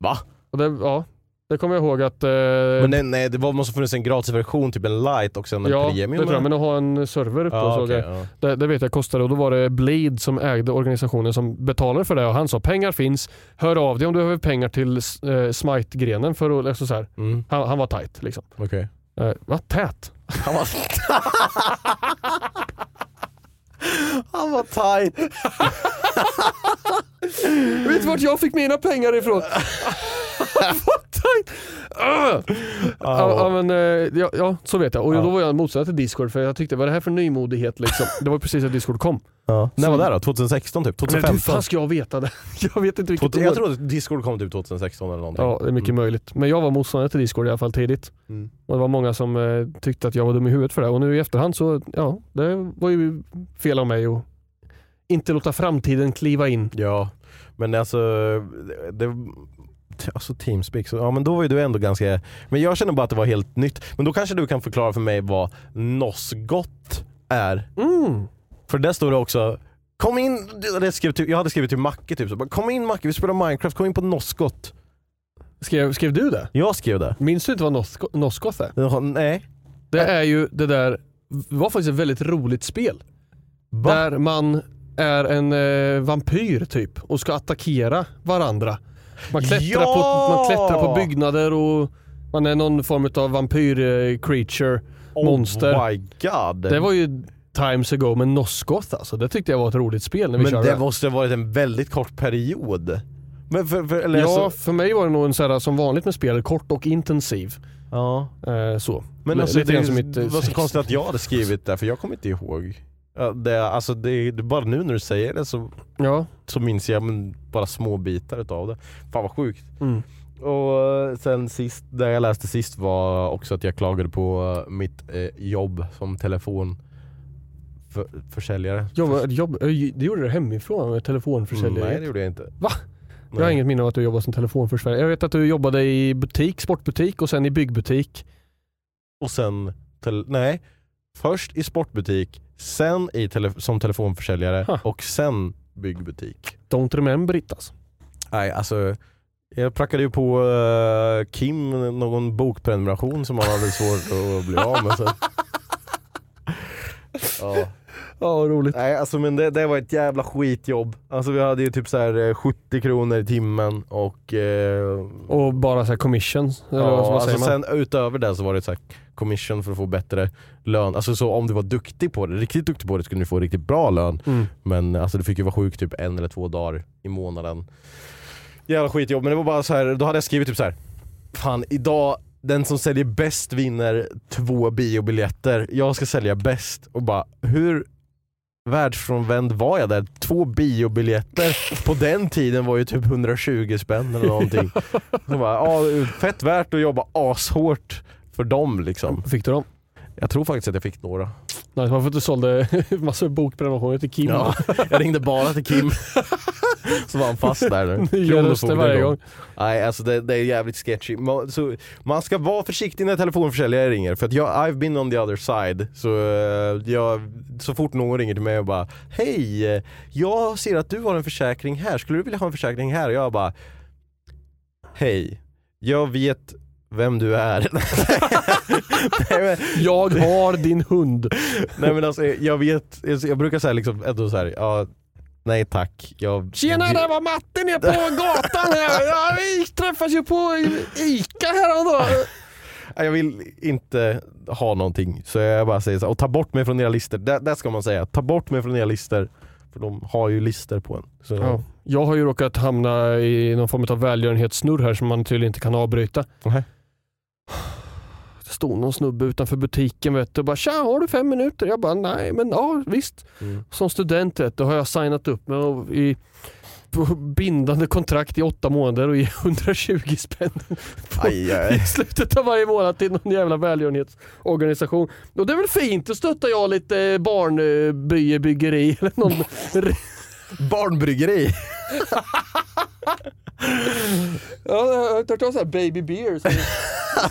S2: Va?
S1: Och det, ja, det kommer jag ihåg att... Eh,
S2: Men nej, nej, det var, måste ha funnits en gratisversion, typ en light och sen en
S1: ja, det
S2: premium.
S1: tror jag. Men att ha en server uppe och
S2: ja,
S1: så.
S2: okej,
S1: grejer.
S2: ja.
S1: Det, det vet jag kostade och då var det Blade som ägde organisationen som betalade för det och han sa pengar finns, hör av dig om du behöver pengar till eh, Smite-grenen för att... Liksom så här.
S2: Mm,
S1: Han, han var tight liksom.
S2: okej.
S1: Eh, vad tät?
S2: Han var... Han var tight.
S1: Vet du vart jag fick mina pengar ifrån? Vad tajt! Ah! Ja, ja, men, eh, ja, ja, så vet jag. Och då var jag motståndare till Discord för jag tyckte, vad är det här för nymodighet liksom? Det var precis att Discord kom.
S2: Ja. När var det då? 2016 typ?
S1: Men hur
S2: 2015?
S1: fan ska jag veta det? Jag vet inte vilket
S2: Två- jag
S1: år.
S2: trodde att Discord kom typ 2016 eller någonting.
S1: Ja, det är mycket möjligt. Men jag var motståndare till Discord i alla fall tidigt.
S2: Mm.
S1: Och det var många som eh, tyckte att jag var dum i huvudet för det. Och nu i efterhand så, ja, det var ju fel av mig att inte låta framtiden kliva in.
S2: Ja, men alltså, det- det, alltså Teamspeak, så, ja men då var ju du ändå ganska, men jag känner bara att det var helt nytt. Men då kanske du kan förklara för mig vad Nosgott är?
S1: Mm.
S2: För där står det också, kom in, det skrev, typ- jag hade skrivit till Macke typ, så bara, kom in Macke vi spelar Minecraft, kom in på Nosgott.
S1: Skrev, skrev du det?
S2: Jag skrev det.
S1: Minns du inte vad Nosko- Nosgoth är?
S2: Jaha, Nej.
S1: Det är ju det där, var faktiskt ett väldigt roligt spel.
S2: Va?
S1: Där man är en eh, vampyr typ och ska attackera varandra. Man klättrar,
S2: Ja!
S1: på, man klättrar på byggnader och man är någon form av vampyr eh, creature, monster.
S2: Oh my god.
S1: Det var ju times ago men Nosgoth alltså. Det tyckte jag var ett roligt spel när vi
S2: men
S1: körde.
S2: det måste ha varit en väldigt kort period. Men för, för, eller
S1: Ja,
S2: alltså,
S1: för mig var det nog en så här, som vanligt med spel, kort och intensiv.
S2: ja.
S1: Eh, så.
S2: Men alltså,
S1: lite
S2: det,
S1: grann
S2: är-
S1: som mitt, eh,
S2: det var så konstigt att jag hade skrivit det, för jag kommer inte ihåg. Ja, Det, alltså, det, är- det, är bara nu när du säger det så,
S1: Ja.
S2: så minns jag men, bara små bitar utav det. Fan vad sjukt.
S1: Mm.
S2: Och eh, sen sist, det jag läste sist var också att jag klagade på mitt eh, jobb som telefonförsäljare.
S1: Jobb, jobb, eh, det gjorde du hemifrån med telefonförsäljare?
S2: Nej det gjorde jag inte.
S1: Va?
S2: Nej.
S1: Jag har inget minne av att du jobbade som telefonförsäljare. Jag vet att du jobbade i butik, sportbutik och sen i byggbutik.
S2: Och sen, tele- nej. Först i sportbutik, sen i tele- som telefonförsäljare
S1: Huh.
S2: och sen byggbutik.
S1: Don't remember it alltså.
S2: Nej, alltså jag prackade ju på eh, Kim någon bokprenumeration som han hade svårt att bli av med. Så. Ja.
S1: Ja, vad roligt.
S2: Nej, alltså men det, det var ett jävla skitjobb. Alltså vi hade ju typ så här eh, 70 kronor i timmen och... Eh,
S1: Och bara så här commissions, eller vad, vad säger
S2: alltså
S1: man?
S2: sen utöver det så var det så här commission för att få bättre lön. Alltså så om du var duktig på det, riktigt duktig på det skulle du få riktigt bra lön.
S1: Mm.
S2: Men alltså du fick ju vara sjuk typ en eller två dagar i månaden. Jävla skitjobb, men det var bara så här. då hade jag skrivit typ så här. Fan idag, den som säljer bäst vinner två biobiljetter. Jag ska sälja bäst. Och bara, hur världsfrånvänd var jag där? Två biobiljetter på den tiden var ju typ 120 spänn eller någonting. Så bara, ja, fett värt att jobba ashårt för dem liksom.
S1: Fick du dem?
S2: Jag tror faktiskt att jag fick några.
S1: Nej, varför att du sålde massor av bokprenumerationer till Kim?
S2: Ja, jag ringde bara till Kim. Så var han fast där nu.
S1: Nya röster varje gång.
S2: Nej alltså det, det är jävligt sketchy. Man, så, man ska vara försiktig när telefonförsäljare ringer för att jag, I've been on the other side. Så, eh, jag, så fort någon ringer till mig och bara Hej! eh, Jag ser att du har en försäkring här, skulle du vilja ha en försäkring här? Och jag bara Hej, jag vet vem du är. Nej, men,
S1: Jag har din hund.
S2: Nej men alltså jag vet, jag brukar säga liksom ändå såhär, ja, nej tack. Jag,
S1: Tjena, det var Matte nere på gatan här. Ja, vi träffas ju på Ica häromdagen.
S2: Ja, jag vill inte ha någonting. Så jag bara säger så här, och ta bort mig från era listor. Där, där ska man säga, ta bort mig från era listor. För de har ju listor på en. Så,
S1: Ja. Jag har ju råkat hamna i någon form av välgörenhetssnurr här som man tydligen inte kan avbryta.
S2: Nej.
S1: Det stod någon snubbe utanför butiken vet du, och bara “Tja, har du fem minuter?” Jag bara “Nej, men ja, visst”.
S2: Mm.
S1: Som student vet du, har jag signat upp mig och i på bindande kontrakt i åtta månader och ger 120 spänn på,
S2: Aj, aj.
S1: i slutet av varje månad till någon jävla välgörenhetsorganisation. Och det är väl fint, då stöttar jag lite barnbybyggeri eller någon
S2: Barnbryggeri!
S1: Ja, jag har hört talas om baby beer. Som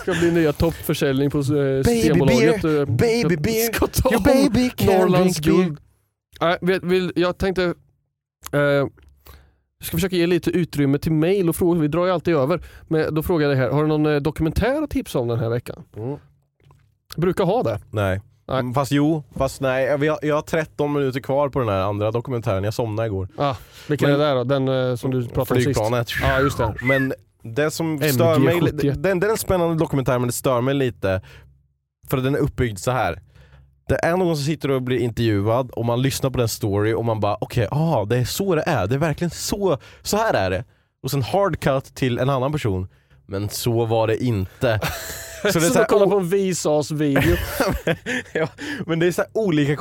S1: ska bli nya toppförsäljning på eh, Systembolaget.
S2: beer,
S1: Eh,
S2: baby
S1: ska-
S2: beer,
S1: Ska ta
S2: your baby can
S1: Norrlands
S2: drink beer.
S1: guld. Nej, vet- vill- Jag tänkte, eh, jag ska försöka ge lite utrymme till mail och frågor. Vi drar ju alltid över. Men då frågar jag dig här, har du någon eh, dokumentär att tipsa om den här veckan?
S2: Mm.
S1: Brukar ha det.
S2: Nej.
S1: Nej.
S2: Mm, Fast jo, fast nej. Jag, jag har 13 minuter kvar på den här andra dokumentären, jag somnade igår.
S1: Ah, vilken
S2: Men-
S1: är det där då? Den eh, som du pratade om sist?
S2: Flygplanet.
S1: Ja, just det.
S2: Men det som
S1: MG
S2: stör mig,
S1: 71.
S2: den, den är en spännande dokumentär men det stör mig lite för den är uppbyggd så här. Det är någon som sitter och blir intervjuad och man lyssnar på den story och man bara okej, ah, det är så det är. Det är verkligen så, så här är det. Och sen hard cut till en annan person. Men så var det inte.
S1: Så,
S2: här-
S1: de kollar på en Visas-video.
S2: ja, men det är så här olika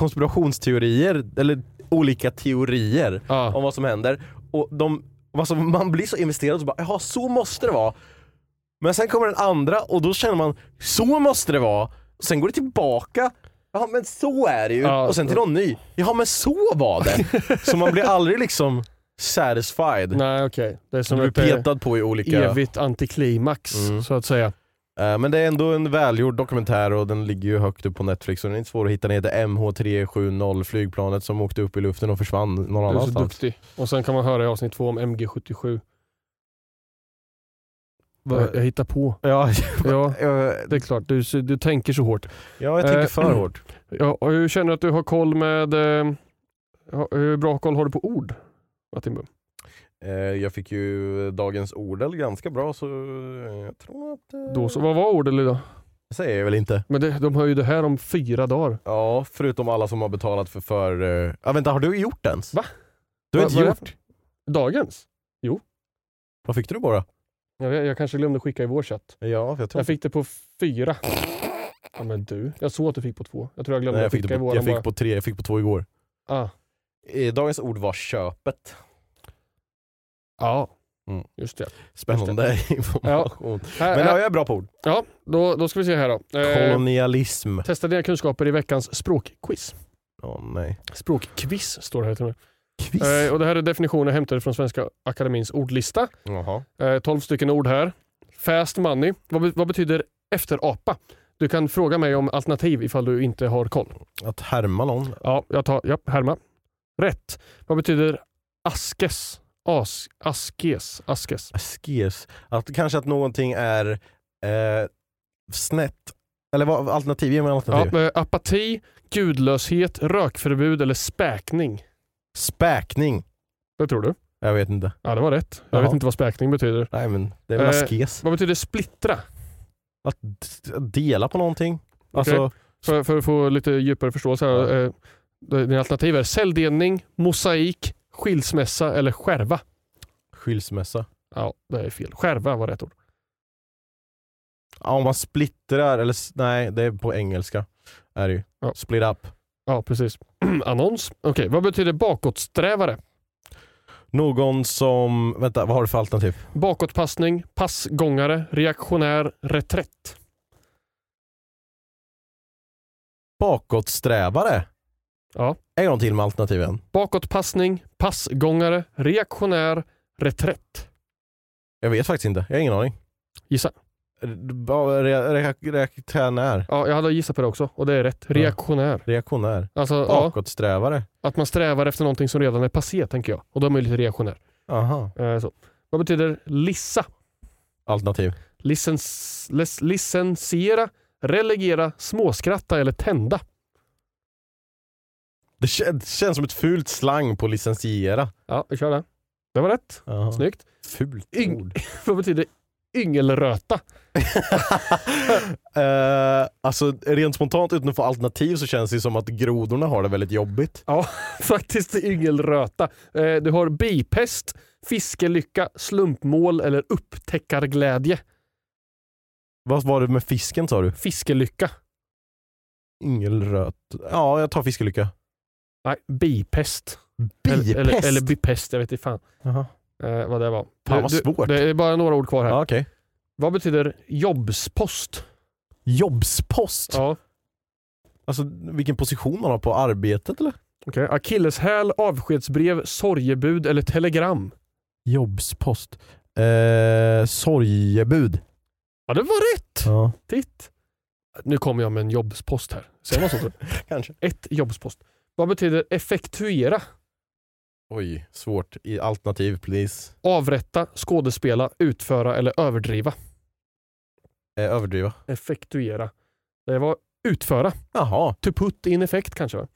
S2: konspirationsteorier, eller olika teorier
S1: Ja.
S2: om vad som händer. Och de, alltså man blir så investerad och bara jaha, så måste det vara. Men sen kommer den andra och då känner man så måste det vara. Sen går det tillbaka. Ja men så är det ju.
S1: Ja.
S2: Och sen till någon ny. Ja men så var det. så man blir aldrig liksom satisfied.
S1: Nej, okej. Det är
S2: Man
S1: som
S2: blir
S1: ett, eh,
S2: petad på i olika...
S1: evigt antiklimax
S2: Mm.
S1: så att säga.
S2: Eh, Men det är ändå en välgjord dokumentär och den ligger ju högt upp på Netflix och den är inte svår att hitta. Den heter MH370, flygplanet som åkte upp i luften och försvann någon
S1: Du är så
S2: annanstans.
S1: duktig. Och sen kan man höra i avsnitt två om MG77.
S2: Va-
S1: Jag, jag hittar på.
S2: Ja,
S1: Ja,
S2: jag,
S1: det är klart. Du, du tänker så hårt.
S2: ja, jag tänker
S1: Eh,
S2: för hårt.
S1: Ja, och hur känner du att du har koll med... Eh, ha- hur bra koll har du på ord? Martin Bum?
S2: Eh, Jag fick ju Dagens Ordel ganska bra så eh, jag tror att... eh,
S1: Då så, vad var orden idag?
S2: Det säger jag väl inte.
S1: Men det, de har ju det här om fyra dagar.
S2: Ja, förutom alla som har betalat för... för eh, ja, vänta, har du gjort ens?
S1: Va?
S2: Du har
S1: Vad-
S2: inte
S1: vad är
S2: gjort?
S1: det Dagens?
S2: Vad fick du bara?
S1: Jag, vet- jag kanske glömde skicka i vår chatt.
S2: Ja, för jag tror...
S1: Jag fick det på fyra. Ja men du, jag såg att du fick på två. Jag tror jag glömde
S2: Nej, jag fick,
S1: skicka
S2: det
S1: i
S2: på,
S1: våran
S2: jag
S1: bara.
S2: fick på tre, jag fick på två igår.
S1: Ah.
S2: Eh, Dagens Ord var köpet.
S1: Ja,
S2: Mm.
S1: Ah. just det.
S2: Spännande information.
S1: Här,
S2: Men
S1: här,
S2: ja, jag är bra på ord.
S1: Ja, då, då ska vi se här då. Eh,
S2: Kolonialism.
S1: testa dina kunskaper i veckans språkquiz.
S2: Åh nej.
S1: Språkquiz står det här till och
S2: Kviss.
S1: med. Eh, och det här är definitioner hämtade från Svenska Akademins ordlista.
S2: Jaha.
S1: Eh, 12 stycken ord här. Fast money. Vad, be- vad betyder efterapa? Du kan fråga mig om alternativ ifall du inte har koll.
S2: Att härma någon.
S1: Ja, jag tar ja, härma. Rätt. Vad betyder askes? As, askes? Askes.
S2: Askes. Att, kanske att någonting är eh, snett. Eller vad, alternativ, ge mig
S1: Ja,
S2: alternativ.
S1: eh, apati, Gudlöshet, rökförbud eller späkning?
S2: Späkning.
S1: Vad tror du?
S2: Jag vet inte.
S1: Ja, det var rätt. Jag
S2: Jaha.
S1: vet inte vad späkning betyder.
S2: Nej men det är väl
S1: Eh,
S2: askes.
S1: Vad betyder splittra?
S2: Att d- att dela på någonting. Alltså,
S1: För, för att få lite djupare förståelse här. eh, Dina alternativ är celldelning, mosaik, skilsmässa eller skärva.
S2: skilsmässa.
S1: Ja, det är fel. Skärva var rätt ord.
S2: Ja, om man splittrar, eller s- nej det är på engelska. Är det ju.
S1: Ja.
S2: Split up.
S1: Ja, precis. Annons. Okej, vad betyder bakåtsträvare?
S2: Någon som, vänta vad har du för alternativ?
S1: Bakåtpassning, passgångare, reaktionär, reträtt.
S2: Bakåtsträvare?
S1: Ja.
S2: En gång till med alternativen.
S1: Bakåtpassning, passgångare, reaktionär, reträtt.
S2: Jag vet faktiskt inte, jag har ingen aning.
S1: Gissa.
S2: Reaktionär.
S1: Ja, jag hade gissat på det också och det är rätt. Reaktionär.
S2: Reaktionär.
S1: Alltså, ja,
S2: Bakåtsträvare.
S1: att man strävar efter någonting som redan är passé, tänker jag. Och då är man ju lite reaktionär.
S2: Aha.
S1: Eh, så. Vad betyder lissa?
S2: Alternativ.
S1: Licens, les, licensiera, relegera, småskratta eller tända?
S2: Det kän- känns som ett fult slang på licensiera.
S1: Ja, vi kör det. Det var rätt.
S2: Aha.
S1: Snyggt.
S2: Fult
S1: Yng-
S2: ord.
S1: Vad betyder yngelröta?
S2: Eh, alltså rent spontant utan att få alternativ så känns det som att grodorna har det väldigt jobbigt.
S1: Ja, faktiskt yngelröta. Eh, du har bipest, fiskelycka, slumpmål eller upptäckarglädje.
S2: Vad var det med fisken sa du?
S1: Fiskelycka.
S2: Yngelröt. Ja, jag tar fiskelycka.
S1: Nej, bipest.
S2: Bipest?
S1: Eller, eller, eller bipest, jag vet inte fan
S2: Jaha.
S1: eh, vad det var.
S2: Fan, vad
S1: Du- du-
S2: svårt.
S1: Det är bara några ord kvar här.
S2: Ja, okej.
S1: Vad betyder jobbspost?
S2: Jobbspost?
S1: Ja,
S2: Alltså vilken position man har på arbetet eller?
S1: okay. Akilleshäl, avskedsbrev, sorgebud eller telegram.
S2: Jobbspost. Eh, sorgebud.
S1: Ja, det var rätt!
S2: Ja.
S1: Titt! Nu kommer jag med en jobbspost här. Säger man så? tror jag.
S2: Kanske.
S1: Ett jobbspost. Vad betyder effektuera?
S2: Oj, svårt. I alternativ please.
S1: Avrätta, skådespela, utföra eller överdriva.
S2: Eh, överdriva.
S1: Effektuera. Det var utföra.
S2: Jaha.
S1: To put in effect kanske. va?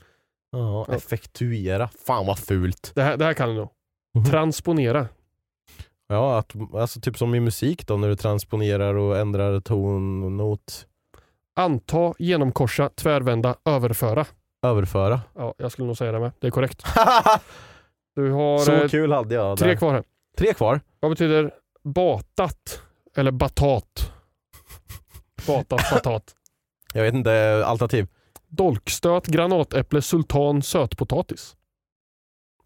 S2: Ja,
S1: Ja.
S2: effektuera. Fan vad fult.
S1: Det här, det här kan du nog.
S2: Mhm.
S1: Transponera.
S2: Ja, att, alltså typ som i musik då när du transponerar och ändrar ton och not.
S1: Anta, genomkorsa, tvärvända, överföra.
S2: Överföra.
S1: Ja, jag skulle nog säga det med. Det är korrekt. Du har eh,
S2: Så kul hade jag där.
S1: tre kvar här.
S2: tre kvar.
S1: Vad betyder batat? Eller batat? Batat, batat.
S2: Jag vet inte, alternativ.
S1: Dolkstöt, granatäpple, sultan, sötpotatis.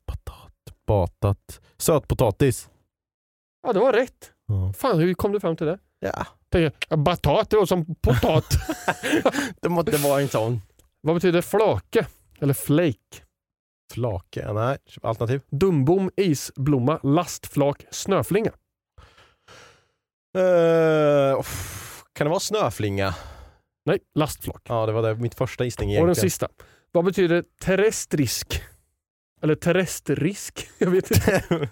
S2: Patat, batat, sötpotatis.
S1: Ja, det var rätt.
S2: Ja.
S1: Fan, hur kom du fram till det?
S2: ja.
S1: Tänkte, jag, batat, det var som potat.
S2: Det måste vara en sån.
S1: Vad betyder flake? Eller flake?
S2: Flake, nej. Alternativ.
S1: Dumbom, isblomma, lastflak, snöflinga.
S2: Eh, uff, kan det vara snöflinga?
S1: Nej, lastflak.
S2: Ja, det var det, mitt första gissning
S1: Och den
S2: egentligen.
S1: sista. Vad betyder terrestrisk? Eller terrestrisk? Jag vet inte.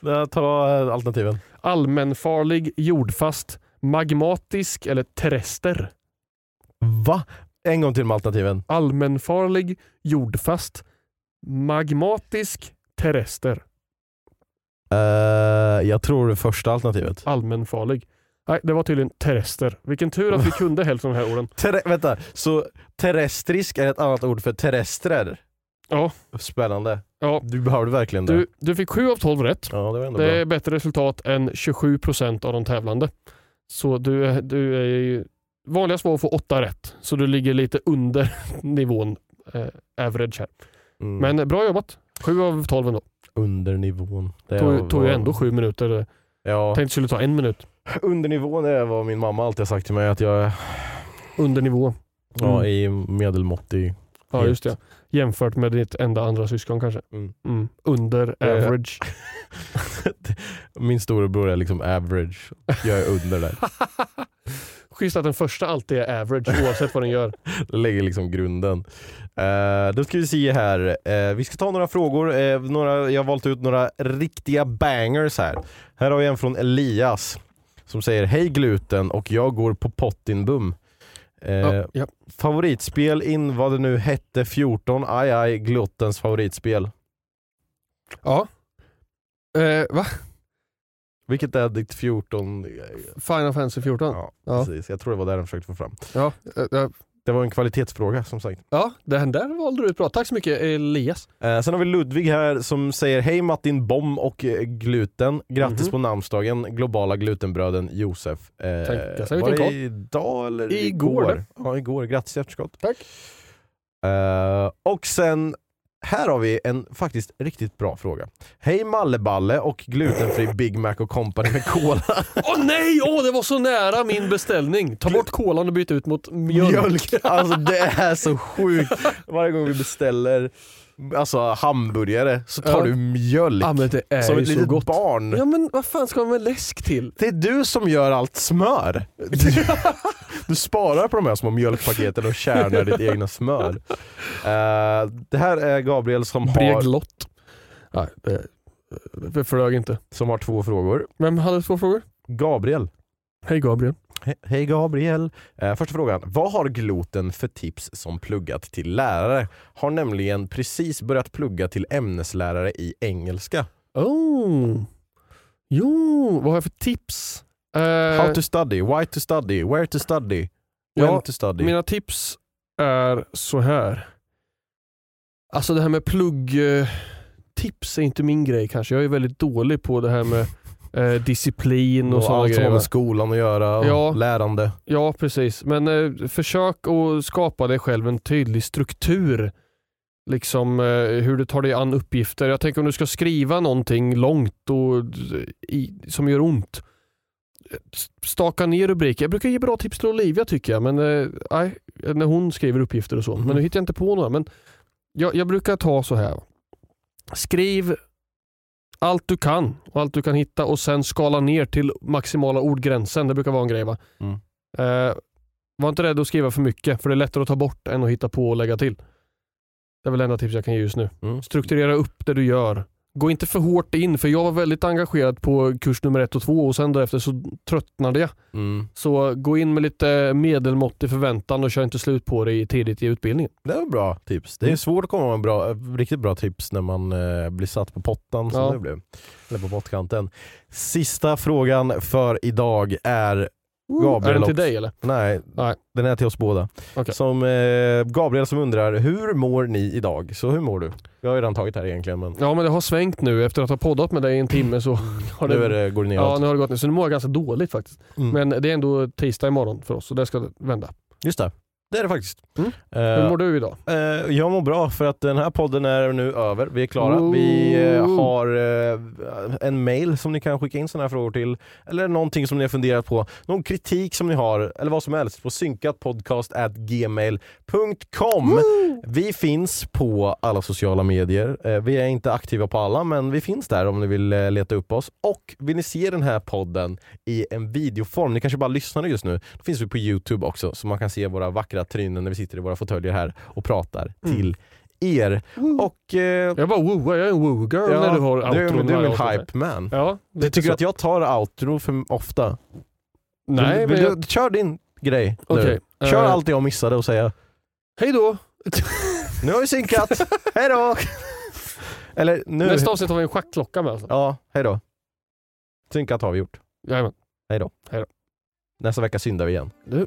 S2: Jag tar eh, alternativen.
S1: Allmänfarlig, jordfast, magmatisk eller terrester?
S2: Va? En gång till med alternativen.
S1: Allmänfarlig, jordfast, magmatisk, terrester.
S2: Eh, jag tror det första alternativet.
S1: Allmänfarlig. Nej, det var tydligen terrester. Vilken tur att vi kunde hälften av de här orden.
S2: Ter- vänta, så terrestrisk är ett annat ord för terrestrer?
S1: Ja.
S2: Spännande.
S1: Ja,
S2: Du behövde verkligen det.
S1: du, du fick 7 av 12 rätt.
S2: Ja, det var ändå
S1: Det
S2: bra.
S1: är bättre resultat än 27% av de tävlande. Så du, är- du är ju... Vanligast var att få 8 rätt, så du ligger lite under nivån eh, average här.
S2: Mm.
S1: Men eh, bra jobbat. 7 av 12 ändå.
S2: Under nivån. Det var-
S1: Tog, tog ju ändå 7 minuter. Jag
S2: Ja,
S1: tänkte det skulle ta en minut.
S2: under nivån är vad min mamma alltid har sagt till mig att jag är
S1: Under nivå.
S2: ja, i medelmåttig.
S1: Ja, just det. Jämfört med ditt enda andra syskon kanske.
S2: Mm.
S1: Mm. Under
S2: Eh,
S1: average.
S2: Min storebror är liksom average. Jag är under där.
S1: Schysst att den första alltid är average oavsett vad den gör.
S2: Det lägger liksom grunden. Eh, då ska vi se här. Eh, vi ska ta några frågor. Eh, några, jag har valt ut några riktiga bangers här. Här har vi en från Elias som säger Hej gluten och jag går på pottinbum. Eh,
S1: Ja, ja.
S2: Favoritspel in vad det nu hette 14, aj aj, Glottens favoritspel.
S1: ja. Eh, va?
S2: Vilket är ditt 14?
S1: Final Fantasy 14?
S2: Ja,
S1: Ja.
S2: precis. Jag tror det var där den försökte få fram.
S1: Ja, eh, ja.
S2: Det var en kvalitetsfråga som sagt.
S1: ja den där valde du ut bra. Tack så mycket Elias.
S2: Eh, sen har vi Ludvig här som säger Hej Martin Bom och eh, Gluten. Grattis
S1: Mhm.
S2: på namnsdagen, globala glutenbröden Josef. Eh,
S1: Tänka sig
S2: var
S1: vilken
S2: det
S1: koll.
S2: idag eller
S1: Igår,
S2: igår? Ja, igår. Grattis i efterskott.
S1: Tack.
S2: Eh, och sen, här har vi en faktiskt riktigt bra fråga. Hej Malleballe och glutenfri Big Mac och company med cola.
S1: Åh nej! Åh, det var så nära min beställning. Ta bort kolan och byt ut mot mjölk.
S2: Alltså det är så sjukt. Varje gång vi beställer alltså, hamburgare så tar
S1: Ja.
S2: du mjölk.
S1: Ja, men det är
S2: som
S1: ju
S2: ett
S1: så
S2: litet
S1: gott.
S2: barn.
S1: Ja men vad fan ska man med läsk till?
S2: Det är du som gör allt smör. Du, du sparar på de här små mjölkpaketen och kärnar ditt egna smör. Eh, det här är Gabriel som har,
S1: Breglott. Nej, det, det flög inte.
S2: som har två frågor.
S1: Vem hade två frågor?
S2: Gabriel.
S1: Hej Gabriel.
S2: He- Hej Gabriel. Eh, första frågan. Vad har gloten för tips som pluggat till lärare? Har nämligen precis börjat plugga till ämneslärare i engelska.
S1: Oh. Jo, vad har jag för tips? Eh,
S2: How to study, why to study, where to study, when
S1: ja,
S2: to study.
S1: mina tips är så här. Alltså det här med pluggtips är inte min grej kanske. Jag är väldigt dålig på det här med eh, disciplin och,
S2: och
S1: sådana
S2: allt som
S1: grejer.
S2: har med
S1: va?
S2: skolan att göra, och
S1: Ja.
S2: lärande.
S1: Ja, precis. Men eh, försök att skapa dig själv en tydlig struktur. Liksom eh, hur du tar dig an uppgifter. Jag tänker om du ska skriva någonting långt och i, som gör ont. Staka ner rubriker. Jag brukar ge bra tips till Olivia tycker jag, men eh, nej, när hon skriver uppgifter och så.
S2: Mhm.
S1: Men nu hittar jag inte på några. Men jag, jag brukar ta så här. Skriv allt du kan och allt du kan hitta och sen skala ner till maximala ordgränsen. Det brukar vara en grej va? Eh, var inte rädd att skriva för mycket, för det är lättare att ta bort än att hitta på och lägga till. Det är väl det enda tips jag kan ge just nu.
S2: Mm.
S1: Strukturera upp det du gör. Gå inte för hårt in, för jag var väldigt engagerad på kurs nummer ett och två och sen därefter så tröttnade jag.
S2: Mm.
S1: Så gå in med lite medelmåttig förväntan och kör inte slut på det i- tidigt i utbildningen.
S2: Det var bra tips.
S1: Mm.
S2: Det är svårt att komma med bra, eh, riktigt bra tips när man eh, blir satt på pottan som
S1: Ja.
S2: det blev. Eller på pottkanten. Sista frågan för idag är, Gabriel
S1: är den till
S2: också.
S1: dig eller?
S2: nej,
S1: Nej.
S2: den är till oss båda.
S1: Okej.
S2: Som eh, Gabriel som undrar, hur mår ni idag? Så hur mår du? Jag har ju redan tagit här egentligen men
S1: Ja men det har svängt nu efter att ha poddat med dig i en timme så har
S2: Mm. nu är
S1: det
S2: det, går det neråt.
S1: Ja, nu har det gått ner. Så nu mår jag ganska dåligt faktiskt.
S2: Mm.
S1: Men det är ändå tisdag imorgon för oss så det ska vända.
S2: Just det, det är det faktiskt.
S1: Mm.
S2: Eh,
S1: Hur mår du idag?
S2: Eh, jag mår bra för att den här podden är nu över. Vi är klara.
S1: Ooh.
S2: Vi eh, har eh, en mail som ni kan skicka in sådana här frågor till. Eller någonting som ni har funderat på. Någon kritik som ni har. Eller vad som helst på synkatpodcastgmail.com. Vi finns på alla sociala medier. Eh, vi är inte aktiva på alla men vi finns där om ni vill eh, leta upp oss. Och vill ni se den här podden i en videoform, ni kanske bara lyssnar just nu. Då finns vi på Youtube också så man kan se våra vackra trynen när vi sitter i våra fåtöljer här och pratar till er. Och eh,
S1: Mm. Jag bara woo, jag är en woo girl
S2: ja,
S1: när du har
S2: du,
S1: outron.
S2: är- du är
S1: varje
S2: min
S1: avsnitt.
S2: hype man.
S1: Ja,
S2: Du
S1: lite
S2: tycker
S1: så.
S2: att jag tar outro för ofta?
S1: Nej,
S2: vill,
S1: men
S2: vill
S1: jag...
S2: du, Kör din grej nu.
S1: Okej.
S2: Kör
S1: eh,
S2: allt det jag missade och säga
S1: Hej då!
S2: nu har vi synkat, hejdå! Eller nu,
S1: Nästa avsnitt har vi en schackklocka med alltså.
S2: ja hejdå. Synkat har vi gjort.
S1: Jajamän.
S2: Nästa vecka syndar vi igen.
S1: Du, eh,